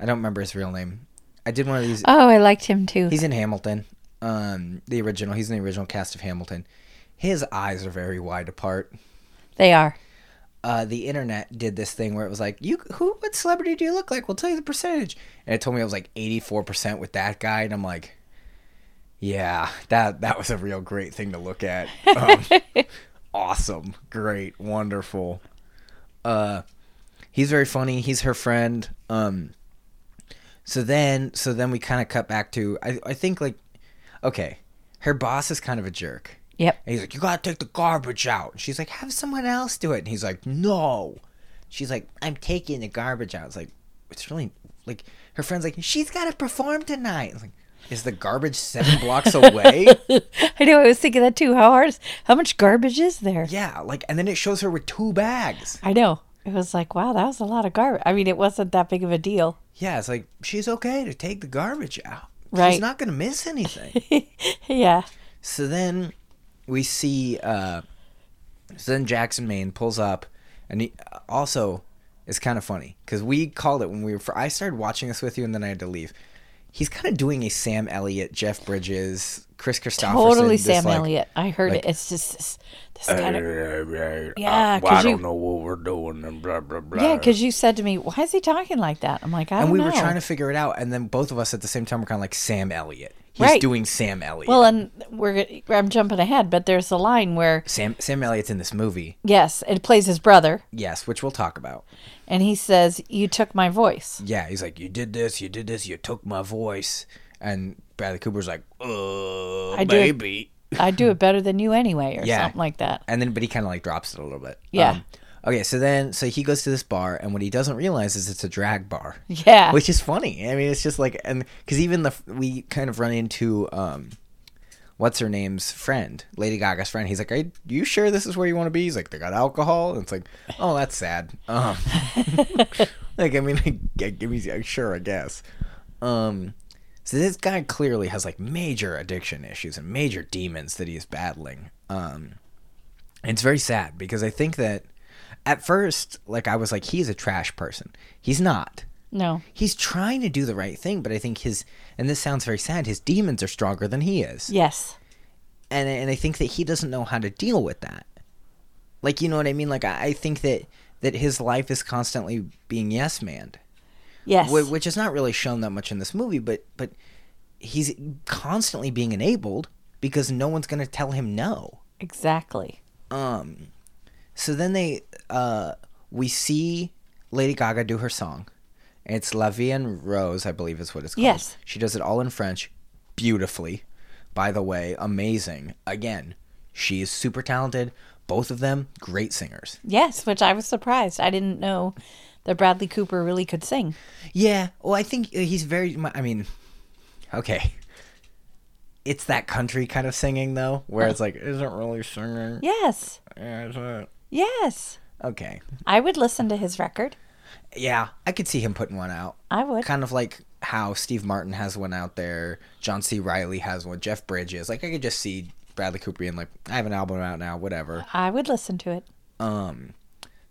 [SPEAKER 1] I don't remember his real name. I did one of these.
[SPEAKER 2] Oh, I liked him too.
[SPEAKER 1] He's in Hamilton. Um, the original. He's in the original cast of Hamilton. His eyes are very wide apart.
[SPEAKER 2] they are.
[SPEAKER 1] uh, the internet did this thing where it was like, you who what celebrity do you look like? We'll tell you the percentage. And it told me I was like 84% with that guy and I'm like yeah, that that was a real great thing to look at. Um, awesome, great, wonderful. Uh he's very funny. He's her friend. Um so then so then we kind of cut back to I I think like okay, her boss is kind of a jerk. [LAUGHS]
[SPEAKER 2] Yep.
[SPEAKER 1] And he's like, You gotta take the garbage out. And she's like, Have someone else do it. And he's like, No. She's like, I'm taking the garbage out. It's like, It's really like her friend's like, She's gotta perform tonight. It's like, Is the garbage seven blocks away?
[SPEAKER 2] I know. I was thinking that too. How hard? is- How much garbage is there?
[SPEAKER 1] yeah. Like, and then it shows her with two bags.
[SPEAKER 2] I know. It was like, wow, that was a lot of garbage. I mean, it wasn't that big of a deal. [LAUGHS]
[SPEAKER 1] Yeah. It's like, She's okay to take the garbage out.
[SPEAKER 2] Right.
[SPEAKER 1] She's not gonna miss anything.
[SPEAKER 2] yeah.
[SPEAKER 1] So then we see. Uh, so then Jackson Maine pulls up, and he, also it's kind of funny because we called it when we were. fir- I started watching this with you, and then I had to leave. He's kind of doing a Sam Elliott, Jeff Bridges, Chris Christopherson.
[SPEAKER 2] Totally
[SPEAKER 1] this,
[SPEAKER 2] Sam
[SPEAKER 1] like,
[SPEAKER 2] Elliott. I heard
[SPEAKER 1] like- uh,
[SPEAKER 2] it. It's just this, this kind of. Yeah,
[SPEAKER 3] Yeah,
[SPEAKER 2] 'cause
[SPEAKER 3] I
[SPEAKER 2] you-
[SPEAKER 3] don't know what we're doing and blah blah blah.
[SPEAKER 2] Yeah, because you said to me, why is he talking like that? I'm like, I don't
[SPEAKER 1] And we
[SPEAKER 2] know.
[SPEAKER 1] were trying to figure it out, and then both of us at the same time were kind of like Sam Elliott. He's
[SPEAKER 2] Right.
[SPEAKER 1] doing Sam Elliott.
[SPEAKER 2] Well, and we're I'm jumping ahead, but there's a line where
[SPEAKER 1] Sam Sam Elliott's in this movie,
[SPEAKER 2] yes, it plays his brother,
[SPEAKER 1] yes, which we'll talk about.
[SPEAKER 2] and he says, "You took my voice."
[SPEAKER 1] Yeah, he's like, you did this, you did this, you took my voice, and Bradley Cooper's like, uh,
[SPEAKER 2] I do it-
[SPEAKER 1] maybe.
[SPEAKER 2] I do it better than you anyway, or
[SPEAKER 1] Yeah.
[SPEAKER 2] something like that.
[SPEAKER 1] And then, but he kind of like drops it a little bit.
[SPEAKER 2] Yeah.
[SPEAKER 1] Um, okay, so then, so he goes to this bar, and what he doesn't realize is it's a drag bar,
[SPEAKER 2] Yeah,
[SPEAKER 1] which is funny. I mean, it's just like, and because even the we kind of run into um, what's her name's friend, Lady Gaga's friend. He's like, "Are you sure this is where you want to be?" He's like, "They got alcohol," and it's like, "Oh, that's sad." Um, like, I mean, [LAUGHS] I, I, I mean, sure, I guess. Um, so this guy clearly has like major addiction issues and major demons that he is battling. Um, and it's very sad because I think that at first, like, I was like, he's a trash person. He's not
[SPEAKER 2] no,
[SPEAKER 1] he's trying to do the right thing, but I think his and this sounds very sad. His demons are stronger than he is,
[SPEAKER 2] yes,
[SPEAKER 1] and and I think that he doesn't know how to deal with that. Like you know what I mean? Like I, I think that that his life is constantly being yes manned,
[SPEAKER 2] yes,
[SPEAKER 1] wh- which is not really shown that much in this movie, but but he's constantly being enabled because no one's going to tell him no.
[SPEAKER 2] exactly.
[SPEAKER 1] Um, so then they uh, we see Lady Gaga do her song. It's La Vie en Rose, I believe is what it's called.
[SPEAKER 2] Yes.
[SPEAKER 1] She does it all in French, beautifully. By the way, amazing. Again, she is super talented. Both of them, great singers.
[SPEAKER 2] Yes, which I was surprised. I didn't know that Bradley Cooper really could sing.
[SPEAKER 1] Yeah. Well, I think uh, he's very. mu- I mean, okay. It's that country kind of singing though, where it's like isn't really singing.
[SPEAKER 2] Yes,
[SPEAKER 1] Yeah, it's not.
[SPEAKER 2] yes,
[SPEAKER 1] Okay.
[SPEAKER 2] I would listen to his record.
[SPEAKER 1] Yeah, I could see him putting one out.
[SPEAKER 2] I would.
[SPEAKER 1] kind of like how Steve Martin has one out there, John C. Riley has one, Jeff Bridges. Like I could just see Bradley Cooper being like, I have an album out now, whatever.
[SPEAKER 2] I would listen to it.
[SPEAKER 1] Um,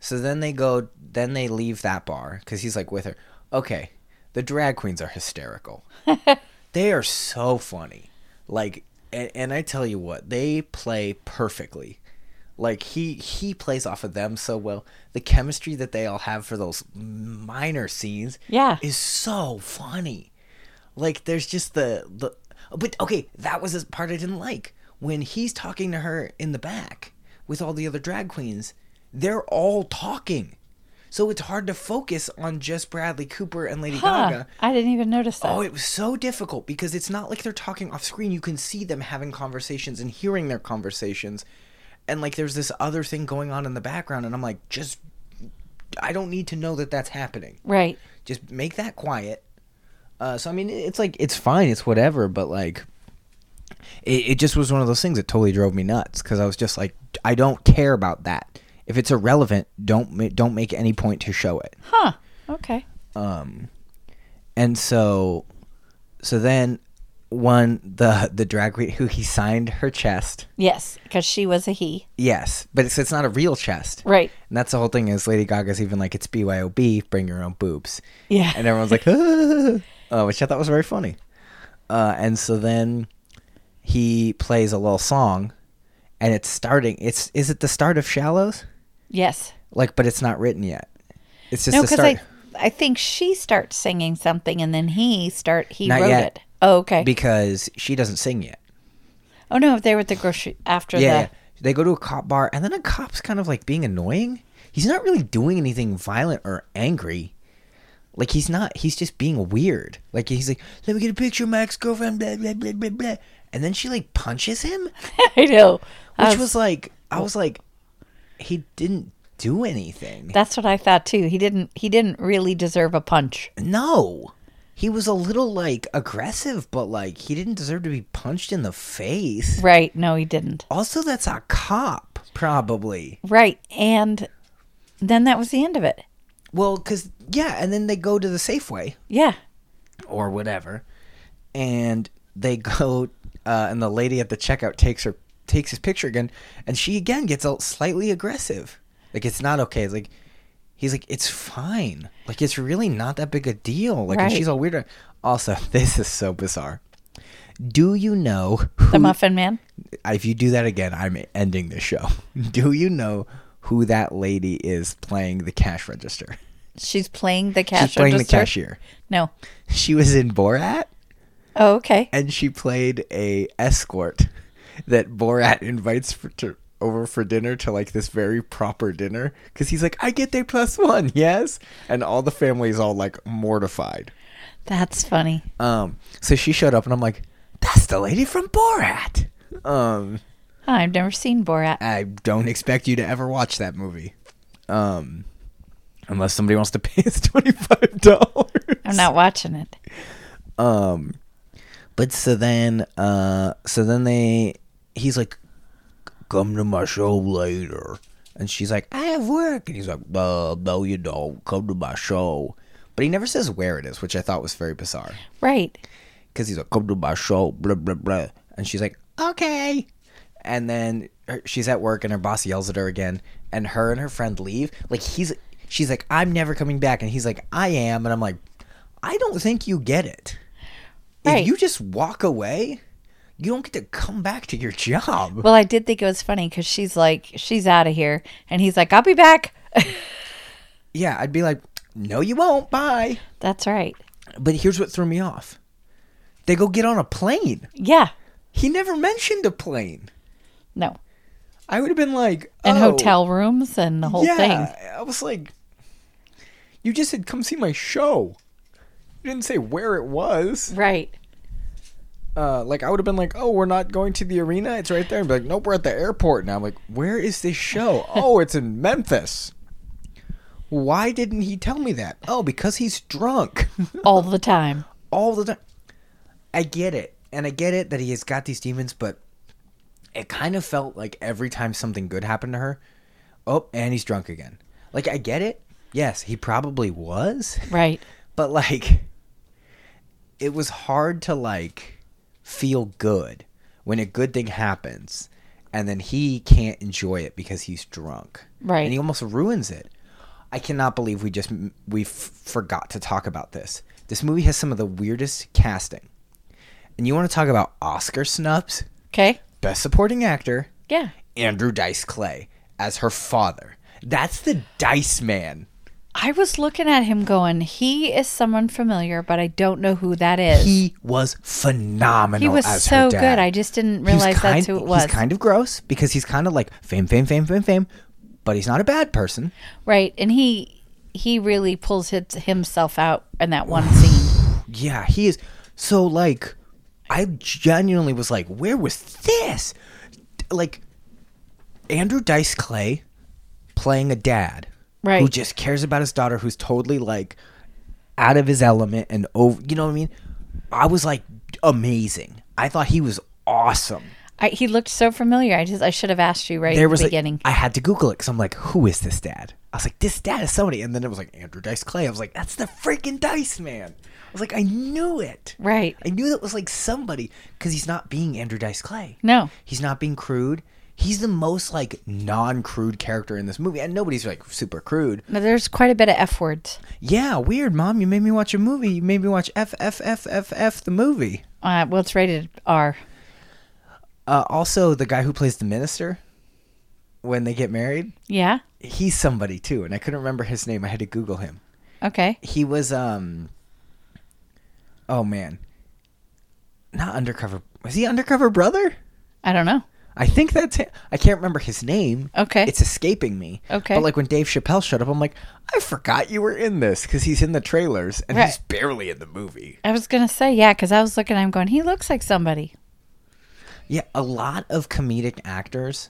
[SPEAKER 1] so then they go, then they leave that bar because he's like with her. Okay, the drag queens are hysterical. they are so funny. Like, and, and I tell you what, they play perfectly. Like he he plays off of them so well. The chemistry that they all have for those minor scenes,
[SPEAKER 2] Yeah.
[SPEAKER 1] is so funny. Like there's just the the but okay, that was the part I didn't like when he's talking to her in the back with all the other drag queens. They're all talking, so it's hard to focus on just Bradley Cooper and Lady
[SPEAKER 2] Huh,
[SPEAKER 1] Gaga.
[SPEAKER 2] I didn't even notice that.
[SPEAKER 1] Oh, it was so difficult because it's not like they're talking off screen. You can see them having conversations and hearing their conversations. And like there's this other thing going on in the background and I'm like just I don't need to know that that's happening
[SPEAKER 2] right.
[SPEAKER 1] just make that quiet. Uh, so I mean, it's like it's fine, it's whatever, but like, it, it just was one of those things that totally drove me nuts because I was just like, I don't care about that. If it's irrelevant, don't ma- don't make any point to show it.
[SPEAKER 2] Huh. Okay.
[SPEAKER 1] Um, and so, so then, one the the drag queen who he signed her chest.
[SPEAKER 2] Yes, because she was a he.
[SPEAKER 1] Yes, but it's it's not a real chest.
[SPEAKER 2] Right.
[SPEAKER 1] And that's the whole thing is Lady Gaga's even like it's BYOB, bring your own boobs.
[SPEAKER 2] Yeah.
[SPEAKER 1] And everyone's like, [LAUGHS] "Ah," uh, which I thought was very funny. Uh, and so then he plays a little song, and it's starting. It's is it the start of Shallows?
[SPEAKER 2] Yes.
[SPEAKER 1] Like, but it's not written yet. It's just
[SPEAKER 2] No,
[SPEAKER 1] the
[SPEAKER 2] because
[SPEAKER 1] start.
[SPEAKER 2] I, I think she starts singing something and then he start he
[SPEAKER 1] Not
[SPEAKER 2] wrote
[SPEAKER 1] yet.
[SPEAKER 2] it. Oh, okay.
[SPEAKER 1] Because she doesn't sing yet.
[SPEAKER 2] oh no, they were at the grocery after
[SPEAKER 1] Yeah, yeah.
[SPEAKER 2] the.
[SPEAKER 1] They go to a cop bar, and then a cop's kind of like being annoying. He's not really doing anything violent or angry. Like he's not. He's just being weird. Like he's like, "Let me get a picture, of my ex-girlfriend." Blah blah blah blah blah. And then she like punches him, which
[SPEAKER 2] [LAUGHS] I know. I
[SPEAKER 1] was, like, I was like, he didn't do anything.
[SPEAKER 2] That's what I thought too. He didn't. He didn't really deserve a punch.
[SPEAKER 1] no, he was a little like aggressive, but like he didn't deserve to be punched in the face.
[SPEAKER 2] Right? No, he didn't.
[SPEAKER 1] Also, that's a cop, probably.
[SPEAKER 2] Right. And then that was the end of it.
[SPEAKER 1] Well, because yeah, and then they go to the Safeway
[SPEAKER 2] Yeah.
[SPEAKER 1] or whatever, and they [LAUGHS] go, uh, and the lady at the checkout takes her takes his picture again, and she again gets all slightly aggressive. Like it's not okay. It's like he's like it's fine. Like it's really not that big a deal. Like and
[SPEAKER 2] Right.
[SPEAKER 1] she's all weird. Also, [LAUGHS] this is so bizarre. Do you know who,
[SPEAKER 2] The Muffin Man.
[SPEAKER 1] if you do that again, I'm ending the show. [LAUGHS] Do you know who that lady is playing the cash register?
[SPEAKER 2] She's playing the cash.
[SPEAKER 1] She's playing
[SPEAKER 2] register.
[SPEAKER 1] the cashier.
[SPEAKER 2] No.
[SPEAKER 1] She was in Borat
[SPEAKER 2] Oh, okay.
[SPEAKER 1] and she played a escort that Borat invites for, to, over for dinner to like this very proper dinner because he's like, I get day plus one, [LAUGHS] yes, and all the family is all like mortified.
[SPEAKER 2] That's funny.
[SPEAKER 1] Um, so she showed up and I'm like, that's the lady from Borat. Um,
[SPEAKER 2] Huh, I've never seen Borat.
[SPEAKER 1] I don't expect you to ever watch that movie. Um, unless somebody wants to pay us [LAUGHS] twenty five dollars.
[SPEAKER 2] I'm not watching it.
[SPEAKER 1] um but so then uh so then they he's like come to my show later and she's like i have work and he's like no, no you don't come to my show but he never says where it is which i thought was very bizarre
[SPEAKER 2] Right.
[SPEAKER 1] because he's like come to my show blah blah blah and she's like okay and then her, she's at work and her boss yells at her again and her and her friend leave like he's she's like i'm never coming back and he's like i am and i'm like i don't think you get it
[SPEAKER 2] Right.
[SPEAKER 1] if you just walk away you don't get to come back to your job
[SPEAKER 2] Well, I did think it was funny because she's like, she's out of here, and he's like, I'll be back.
[SPEAKER 1] yeah i'd be like no you won't bye
[SPEAKER 2] That's right.
[SPEAKER 1] but here's what threw me off they go get on a plane
[SPEAKER 2] Yeah.
[SPEAKER 1] he never mentioned a plane
[SPEAKER 2] No.
[SPEAKER 1] i would have been like
[SPEAKER 2] And
[SPEAKER 1] oh.
[SPEAKER 2] hotel rooms and the whole thing.
[SPEAKER 1] I was like, you just said come see my show. You didn't say where it was.
[SPEAKER 2] Right.
[SPEAKER 1] Uh, like I would have been like, oh, we're not going to the arena. It's right there. And be like, nope, we're at the airport now. I'm like, where is this show?
[SPEAKER 2] [LAUGHS]
[SPEAKER 1] oh, it's in Memphis. Why didn't he tell me that? Oh, because he's drunk
[SPEAKER 2] All the time.
[SPEAKER 1] all the time. I get it, and I get it that he has got these demons, but it kind of felt like every time something good happened to her, oh, and he's drunk again. Like I get it. Yes, he probably was, [LAUGHS]
[SPEAKER 2] Right.
[SPEAKER 1] but like, it was hard to like feel good when a good thing happens, and then he can't enjoy it because he's drunk.
[SPEAKER 2] Right.
[SPEAKER 1] and he almost ruins it. I cannot believe we just we f- forgot to talk about this. This movie has some of the weirdest casting. And you want to talk about Oscar snubs?
[SPEAKER 2] Okay.
[SPEAKER 1] Best supporting actor,
[SPEAKER 2] Yeah.
[SPEAKER 1] Andrew Dice Clay as her father. That's the Dice Man.
[SPEAKER 2] I was looking at him going, he is someone familiar, but I don't know who that is. He,
[SPEAKER 1] He was phenomenal.
[SPEAKER 2] was
[SPEAKER 1] as
[SPEAKER 2] so
[SPEAKER 1] her dad.
[SPEAKER 2] good. I just didn't
[SPEAKER 1] He was
[SPEAKER 2] realize
[SPEAKER 1] kind-
[SPEAKER 2] that's who it was.
[SPEAKER 1] He's kind of gross because he's kind of like fame, fame, fame, fame, fame, but he's not a bad person.
[SPEAKER 2] right. And he he really pulls his, himself out in that one scene.
[SPEAKER 1] Yeah, he is. So like, I genuinely was like, where was this? Like, Andrew Dice Clay playing a dad who
[SPEAKER 2] Right.
[SPEAKER 1] just cares about his daughter, who's totally like out of his element and over. You know what I mean? I was like amazing. I thought he was awesome.
[SPEAKER 2] I, he looked so familiar. I just I should have asked you right
[SPEAKER 1] There
[SPEAKER 2] at
[SPEAKER 1] was
[SPEAKER 2] the
[SPEAKER 1] like,
[SPEAKER 2] beginning.
[SPEAKER 1] I had to Google it because I'm like, who is this dad? I was like, this dad is somebody, and then it was like Andrew Dice Clay. I was like, that's the freaking Dice Man. I was like, I knew it.
[SPEAKER 2] right.
[SPEAKER 1] I knew that was like somebody because he's not being Andrew Dice Clay.
[SPEAKER 2] No.
[SPEAKER 1] He's not being crude. He's the most like non crude character in this movie. And nobody's like super crude.
[SPEAKER 2] No, there's quite a bit of F words.
[SPEAKER 1] Yeah, weird, mom. You made me watch a movie. You made me watch F, F, F, F, F, the movie.
[SPEAKER 2] Uh, well, it's rated R.
[SPEAKER 1] Uh, also, the guy who plays the minister when they get married.
[SPEAKER 2] Yeah.
[SPEAKER 1] He's somebody too, and I couldn't remember his name. I had to Google him.
[SPEAKER 2] Okay.
[SPEAKER 1] He was um. Oh man. Not undercover. Was he undercover brother?
[SPEAKER 2] I don't know.
[SPEAKER 1] I think that's him. I can't remember his name.
[SPEAKER 2] Okay.
[SPEAKER 1] It's escaping me.
[SPEAKER 2] Okay.
[SPEAKER 1] But like when Dave Chappelle showed up, I'm like, I forgot you were in this because he's in the trailers and
[SPEAKER 2] Right.
[SPEAKER 1] he's barely in the movie.
[SPEAKER 2] I was gonna say yeah, because I was looking at him going, he looks like somebody.
[SPEAKER 1] Yeah, a lot of comedic actors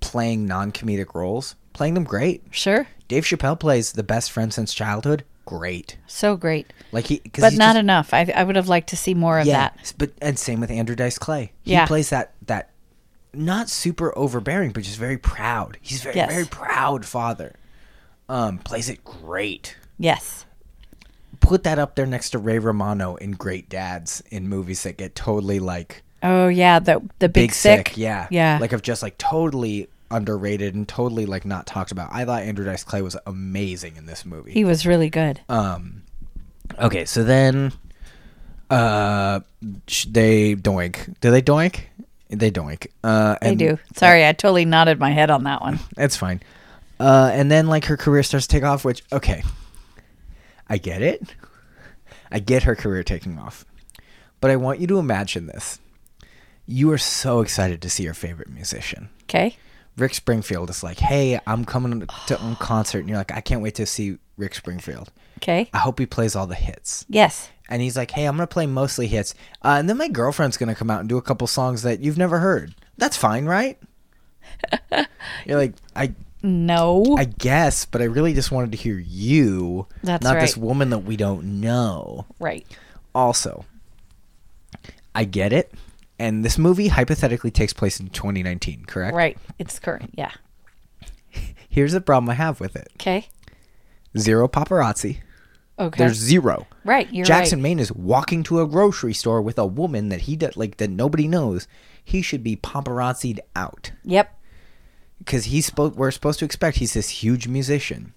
[SPEAKER 1] playing non comedic roles, playing them great.
[SPEAKER 2] Sure.
[SPEAKER 1] Dave Chappelle plays the best friend since childhood. Great.
[SPEAKER 2] So great,
[SPEAKER 1] Like he, cause
[SPEAKER 2] but
[SPEAKER 1] he's
[SPEAKER 2] not
[SPEAKER 1] just-
[SPEAKER 2] enough. I I would have liked to see more of
[SPEAKER 1] yeah,
[SPEAKER 2] that.
[SPEAKER 1] s- But and same with Andrew Dice Clay. He
[SPEAKER 2] Yeah.
[SPEAKER 1] plays that that not super overbearing, but just very proud. He's very
[SPEAKER 2] Yes.
[SPEAKER 1] very proud father. Um, plays it great.
[SPEAKER 2] Yes.
[SPEAKER 1] Put that up there next to Ray Romano in Great Dads in movies that get totally like
[SPEAKER 2] Oh yeah, the the big,
[SPEAKER 1] big sick. Yeah,
[SPEAKER 2] Yeah.
[SPEAKER 1] Like of just like totally underrated and totally like not talked about. I thought Andrew Dice Clay was amazing in this movie.
[SPEAKER 2] he was really good.
[SPEAKER 1] Um, okay, so then, uh, sh- they doink. Do they doink? They doink. Uh,
[SPEAKER 2] I
[SPEAKER 1] and
[SPEAKER 2] do. Sorry, I totally nodded my head on
[SPEAKER 1] [LAUGHS]
[SPEAKER 2] that one.
[SPEAKER 1] That's fine. Uh, and then like her career starts to take off, which okay, I get it. I get her career taking off, but I want you to imagine this. You are so excited to see your favorite musician.
[SPEAKER 2] Okay.
[SPEAKER 1] Rick Springfield is like, "Hey, I'm coming to a concert," and you're like, "I can't wait to see Rick Springfield.
[SPEAKER 2] Okay.
[SPEAKER 1] I hope he plays all the hits."
[SPEAKER 2] Yes.
[SPEAKER 1] and he's like, "Hey, I'm gonna play mostly hits, uh, and then my girlfriend's gonna come out and do a couple songs that you've never heard. That's fine, right?" You're like, "I,
[SPEAKER 2] No.
[SPEAKER 1] I guess, but I really just wanted to hear you,
[SPEAKER 2] That's
[SPEAKER 1] not this
[SPEAKER 2] right.
[SPEAKER 1] woman that we don't know."
[SPEAKER 2] right.
[SPEAKER 1] Also, I get it, and this movie hypothetically takes place in 2019, correct?
[SPEAKER 2] Right. It's current. Yeah.
[SPEAKER 1] Here's the problem I have with it:
[SPEAKER 2] Okay.
[SPEAKER 1] zero paparazzi.
[SPEAKER 2] Okay.
[SPEAKER 1] There's zero.
[SPEAKER 2] right. You're
[SPEAKER 1] Jackson
[SPEAKER 2] right.
[SPEAKER 1] Maine is walking to a grocery store with a woman that he does, like that nobody knows. He should be paparazzied out
[SPEAKER 2] Yep.
[SPEAKER 1] because he's spo- we're supposed to expect he's this huge musician.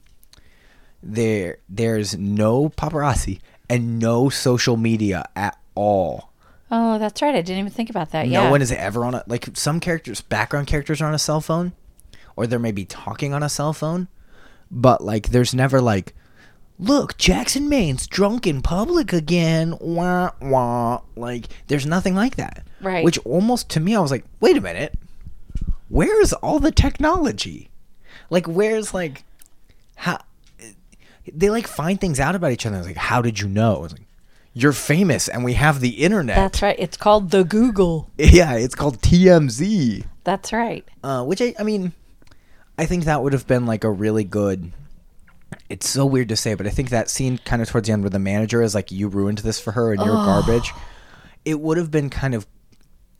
[SPEAKER 1] There, there's no paparazzi and no social media at all.
[SPEAKER 2] Oh, that's right. I didn't even think about that.
[SPEAKER 1] No
[SPEAKER 2] yeah.
[SPEAKER 1] one is ever on a like some characters, background characters are on a cell phone, or they're maybe talking on a cell phone, but like there's never like, look, Jackson Maine's drunk in public again. Wah wah. Like there's nothing like that.
[SPEAKER 2] Right.
[SPEAKER 1] Which almost to me, I was like, wait a minute, where's all the technology? Like where's like, how? They like find things out about each other. I was like, how did you know? I was like, you're famous, and we have the internet.
[SPEAKER 2] That's right. It's called the Google.
[SPEAKER 1] Yeah, it's called TMZ.
[SPEAKER 2] That's right.
[SPEAKER 1] Uh, which I, I mean, I think that would have been like a really good. It's so weird to say, but I think that scene kind of towards the end where the manager is like, "You ruined this for her, and you're garbage." It would have been kind of.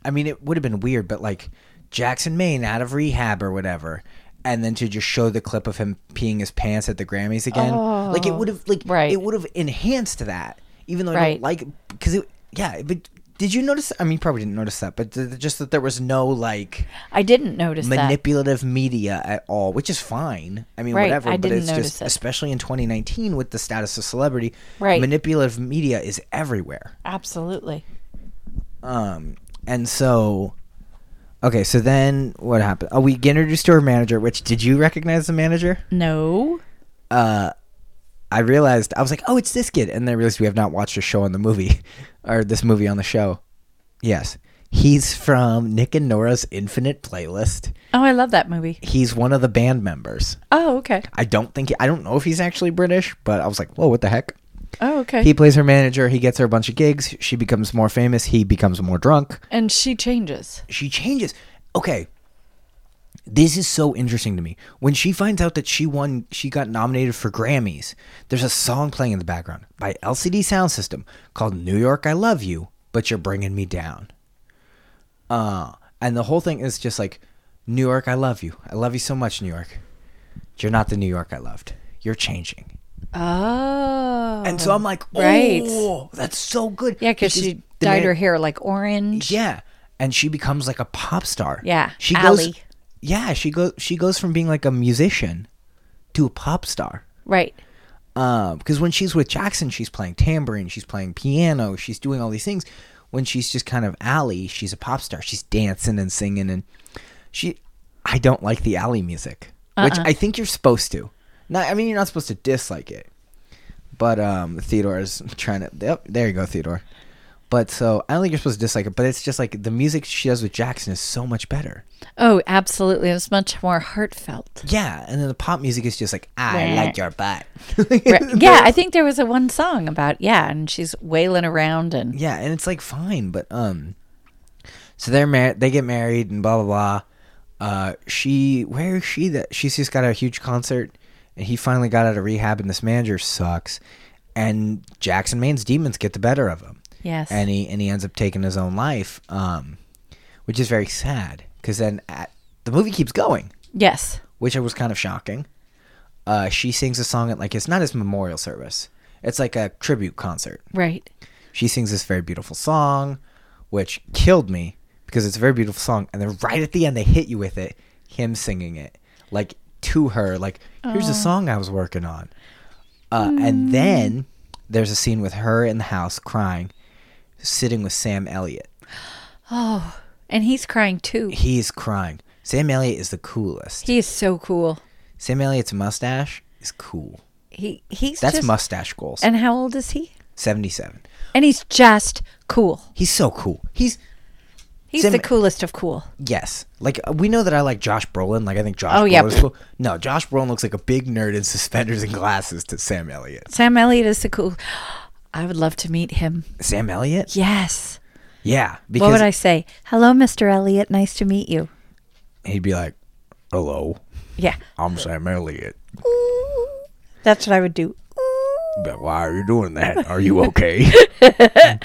[SPEAKER 1] I mean, it would have been weird, but like Jackson Maine out of rehab or whatever. And then to just show the clip of him peeing his pants at the Grammys again, like it would have, like
[SPEAKER 2] right.
[SPEAKER 1] it would have enhanced that. Even though I
[SPEAKER 2] Right.
[SPEAKER 1] don't like, because it, yeah. But did you notice? I mean, you probably didn't notice that, but th- just that there was no like
[SPEAKER 2] I didn't notice that.
[SPEAKER 1] manipulative media at all, which is fine. I mean,
[SPEAKER 2] Right,
[SPEAKER 1] whatever.
[SPEAKER 2] I
[SPEAKER 1] but
[SPEAKER 2] didn't
[SPEAKER 1] it's
[SPEAKER 2] notice
[SPEAKER 1] just,
[SPEAKER 2] it.
[SPEAKER 1] especially in 2019 with the status of celebrity,
[SPEAKER 2] Right.
[SPEAKER 1] manipulative media is everywhere.
[SPEAKER 2] Absolutely.
[SPEAKER 1] Um, and so, okay, so then what happened? Oh, we get introduced to our manager, which did you recognize the manager?
[SPEAKER 2] No.
[SPEAKER 1] I realized, I was like, oh, it's this kid. And then I realized we have not watched a show on the movie [LAUGHS] or this movie on the show. Yes. He's from Nick and Nora's Infinite Playlist.
[SPEAKER 2] Oh, I love that movie.
[SPEAKER 1] He's one of the band members.
[SPEAKER 2] Oh, okay.
[SPEAKER 1] I don't think I don't know if he's actually British, but I was like, whoa, what the heck?
[SPEAKER 2] Oh, okay.
[SPEAKER 1] He plays her manager. He gets her a bunch of gigs. She becomes more famous. He becomes more drunk.
[SPEAKER 2] and she changes.
[SPEAKER 1] She changes. Okay, this is so interesting to me. When she finds out that she won, she got nominated for Grammys. There's a song playing in the background by LCD Sound System called "New York, I Love You," but you're bringing me down. Uh, and the whole thing is just like, New York, I love you. I love you so much, New York. You're not the New York I loved. You're changing.
[SPEAKER 2] Oh.
[SPEAKER 1] And so I'm like, oh,
[SPEAKER 2] right.
[SPEAKER 1] that's so good.
[SPEAKER 2] yeah, because she dyed her hair like orange.
[SPEAKER 1] Yeah, and she becomes like a pop star.
[SPEAKER 2] Yeah,
[SPEAKER 1] she
[SPEAKER 2] Ally.
[SPEAKER 1] goes. Yeah, she goes. She goes from being like a musician to a pop star.
[SPEAKER 2] Right.
[SPEAKER 1] Um, because when she's with Jackson, she's playing tambourine, she's playing piano, she's doing all these things. When she's just kind of Allie, she's a pop star. She's dancing and singing, and she. I don't like the alley music, which
[SPEAKER 2] Uh-uh.
[SPEAKER 1] I think you're supposed to. Not, I mean, you're not supposed to dislike it. But um, Theodore is trying to. Yep, there you go, Theodore. But so I don't think you're supposed to dislike it. But it's just like the music she does with Jackson is so much better.
[SPEAKER 2] Oh, absolutely. It was much
[SPEAKER 1] [LAUGHS]
[SPEAKER 2] more heartfelt.
[SPEAKER 1] Yeah, and then the pop music is just like I
[SPEAKER 2] Right.
[SPEAKER 1] like your butt. [LAUGHS]
[SPEAKER 2] Right. Yeah, I think there was a one song about yeah, and she's wailing around and
[SPEAKER 1] Yeah, and it's like fine, but um, so they're married. They get married and blah blah blah. Uh, she where is she that she's just got a huge concert, and he finally got out of rehab, and this manager sucks, and Jackson Maine's demons get the better of him,
[SPEAKER 2] yes,
[SPEAKER 1] and he and he ends up taking his own life, um, which is very sad because then at, the movie keeps going,
[SPEAKER 2] yes,
[SPEAKER 1] which was kind of shocking. Uh, she sings a song at like it's not his memorial service. It's like a tribute concert
[SPEAKER 2] right,
[SPEAKER 1] she sings this very beautiful song, which killed me because it's a very beautiful song. And then right at the end, they hit you with it, him singing it, like to her, like, here's a song I was working on. Uh,
[SPEAKER 2] Mm.
[SPEAKER 1] And then there's a scene with her in the house crying, sitting with Sam Elliott.
[SPEAKER 2] and he's crying too.
[SPEAKER 1] He's crying. Sam Elliott is the coolest.
[SPEAKER 2] He is so cool.
[SPEAKER 1] Sam Elliott's mustache is cool.
[SPEAKER 2] He he's
[SPEAKER 1] That's
[SPEAKER 2] just,
[SPEAKER 1] mustache goals.
[SPEAKER 2] And how old is he?
[SPEAKER 1] 77.
[SPEAKER 2] And he's just cool.
[SPEAKER 1] He's so cool. He's
[SPEAKER 2] He's
[SPEAKER 1] Sim-
[SPEAKER 2] the coolest of cool.
[SPEAKER 1] Yes. Like uh, we know that I like Josh Brolin. Like I think Josh
[SPEAKER 2] Oh,
[SPEAKER 1] Brolin
[SPEAKER 2] yeah.
[SPEAKER 1] is cool. No, Josh Brolin looks like a big nerd in suspenders and glasses to Sam Elliott.
[SPEAKER 2] Sam Elliott is the cool. I would love to meet him.
[SPEAKER 1] Sam Elliott?
[SPEAKER 2] Yes.
[SPEAKER 1] Yeah. Because
[SPEAKER 2] What would I say? Hello, Mr. Elliott. Nice to meet you.
[SPEAKER 1] he'd be like, Hello,
[SPEAKER 2] Yeah.
[SPEAKER 3] I'm Sam Elliott.
[SPEAKER 2] That's what I would do.
[SPEAKER 3] But why are you doing that? Are you okay?
[SPEAKER 2] I,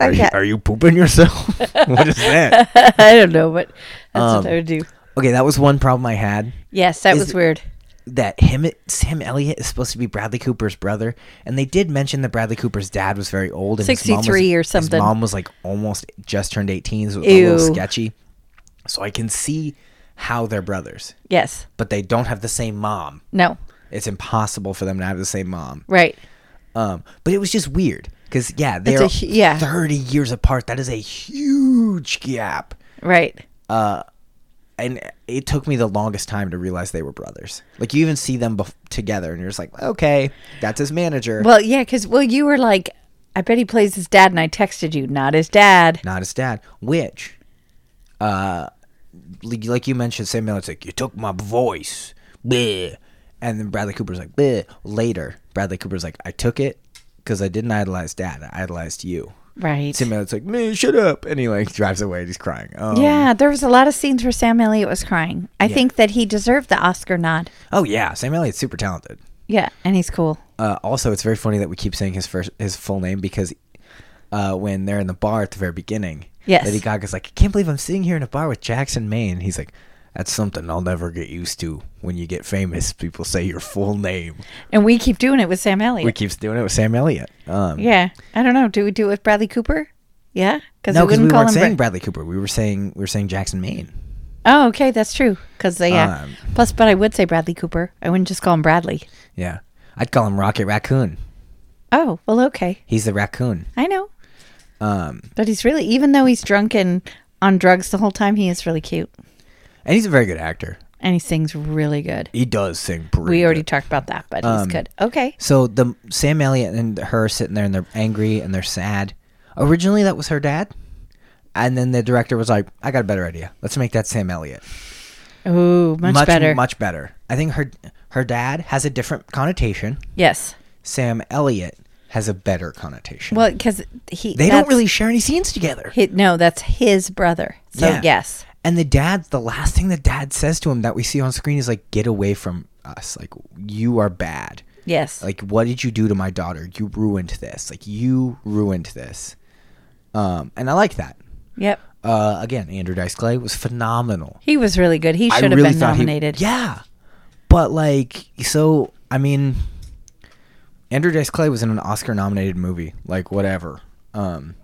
[SPEAKER 3] Are you,
[SPEAKER 2] got,
[SPEAKER 3] are you pooping yourself? [LAUGHS] what is that?
[SPEAKER 2] [LAUGHS] I don't know, but that's what I would do.
[SPEAKER 1] Okay, that was one problem I had.
[SPEAKER 2] Yes, that
[SPEAKER 1] Um, is
[SPEAKER 2] was
[SPEAKER 1] it-
[SPEAKER 2] weird.
[SPEAKER 1] That him Sam Elliott is supposed to be Bradley Cooper's brother. And they did mention that Bradley Cooper's dad was very old and his mom was-
[SPEAKER 2] 63 or
[SPEAKER 1] His
[SPEAKER 2] something.
[SPEAKER 1] mom was like almost just turned eighteen, so it was a little
[SPEAKER 2] Ew.
[SPEAKER 1] sketchy. So I can see how they're brothers.
[SPEAKER 2] Yes.
[SPEAKER 1] But they don't have the same mom.
[SPEAKER 2] No.
[SPEAKER 1] it's impossible for them to have the same mom.
[SPEAKER 2] Right.
[SPEAKER 1] Um, but it was just weird because yeah, they're
[SPEAKER 2] a hu- yeah.
[SPEAKER 1] thirty years apart. That is a huge gap,
[SPEAKER 2] Right.
[SPEAKER 1] and it took me the longest time to realize they were brothers. Like you even see them bef- together, and you're just like, okay, that's his manager,
[SPEAKER 2] Well, yeah, because well, you were like, I bet he plays his dad, and I texted you, not his dad.
[SPEAKER 1] not his dad. Which, uh, li- like you mentioned, Sam Miller's like, you took my voice, bleh. and then Bradley Cooper's like, bleh. Later, Bradley Cooper's like, I took it because I didn't idolize dad. I idolized you.
[SPEAKER 2] Right.
[SPEAKER 1] Tim Elliott's like, man, shut up. And he like [LAUGHS] drives away and he's crying. Um,
[SPEAKER 2] yeah, there was a lot of scenes where Sam Elliott was crying. I think that he deserved the Oscar nod.
[SPEAKER 1] Oh, yeah. Sam Elliott's super talented.
[SPEAKER 2] Yeah, and he's cool.
[SPEAKER 1] Uh, also, it's very funny that we keep saying his first his full name because uh, when they're in the bar at the very beginning,
[SPEAKER 2] Yes.
[SPEAKER 1] Lady Gaga's like, I can't believe I'm sitting here in a bar with Jackson Maine. He's like, that's something I'll never get used to. When you get famous, people say your full name.
[SPEAKER 2] And we keep doing it with Sam Elliott.
[SPEAKER 1] We keeps doing it with Sam Elliott. Um,
[SPEAKER 2] yeah, I don't know. Do we do it with Bradley Cooper? Yeah, because
[SPEAKER 1] no, because we weren't
[SPEAKER 2] Bra-
[SPEAKER 1] saying Bradley Cooper. We were saying we were saying Jackson Maine.
[SPEAKER 2] oh, okay, that's true. Because they yeah.
[SPEAKER 1] Um,
[SPEAKER 2] Plus, but I would say Bradley Cooper. I wouldn't just call him Bradley.
[SPEAKER 1] Yeah, I'd call him Rocket Raccoon.
[SPEAKER 2] Oh well, okay.
[SPEAKER 1] He's the raccoon.
[SPEAKER 2] I know. Um, but he's really, even though he's drunk and on drugs the whole time, he is really cute
[SPEAKER 1] And he's a very good actor.
[SPEAKER 2] and he sings really good.
[SPEAKER 1] He does sing pretty
[SPEAKER 2] We already
[SPEAKER 1] good. Um,
[SPEAKER 2] talked about that, but he's good. Okay.
[SPEAKER 1] So the Sam Elliott and her sitting there and they're angry and they're sad. Originally, that was her dad, and then the director was like, "I got a better idea. Let's make that Sam Elliott.
[SPEAKER 2] Ooh, much, better.
[SPEAKER 1] much better. I think her her dad has a different connotation.
[SPEAKER 2] yes.
[SPEAKER 1] Sam Elliott has a better connotation.
[SPEAKER 2] Well, because he
[SPEAKER 1] they
[SPEAKER 2] that's
[SPEAKER 1] don't really share any scenes together.
[SPEAKER 2] hi- no, that's his brother. So
[SPEAKER 1] Yeah.
[SPEAKER 2] yes,
[SPEAKER 1] And the dad, the last thing the dad says to him that we see on screen is like, "Get away from us! Like you are bad."
[SPEAKER 2] yes,
[SPEAKER 1] like what did you do to my daughter you ruined this like you ruined this um and i like that
[SPEAKER 2] yep.
[SPEAKER 1] uh again andrew dice clay was phenomenal
[SPEAKER 2] He was really good. He
[SPEAKER 1] I
[SPEAKER 2] should have
[SPEAKER 1] really
[SPEAKER 2] been
[SPEAKER 1] thought he-
[SPEAKER 2] nominated.
[SPEAKER 1] yeah but like so i mean andrew dice clay was in an oscar nominated movie like whatever um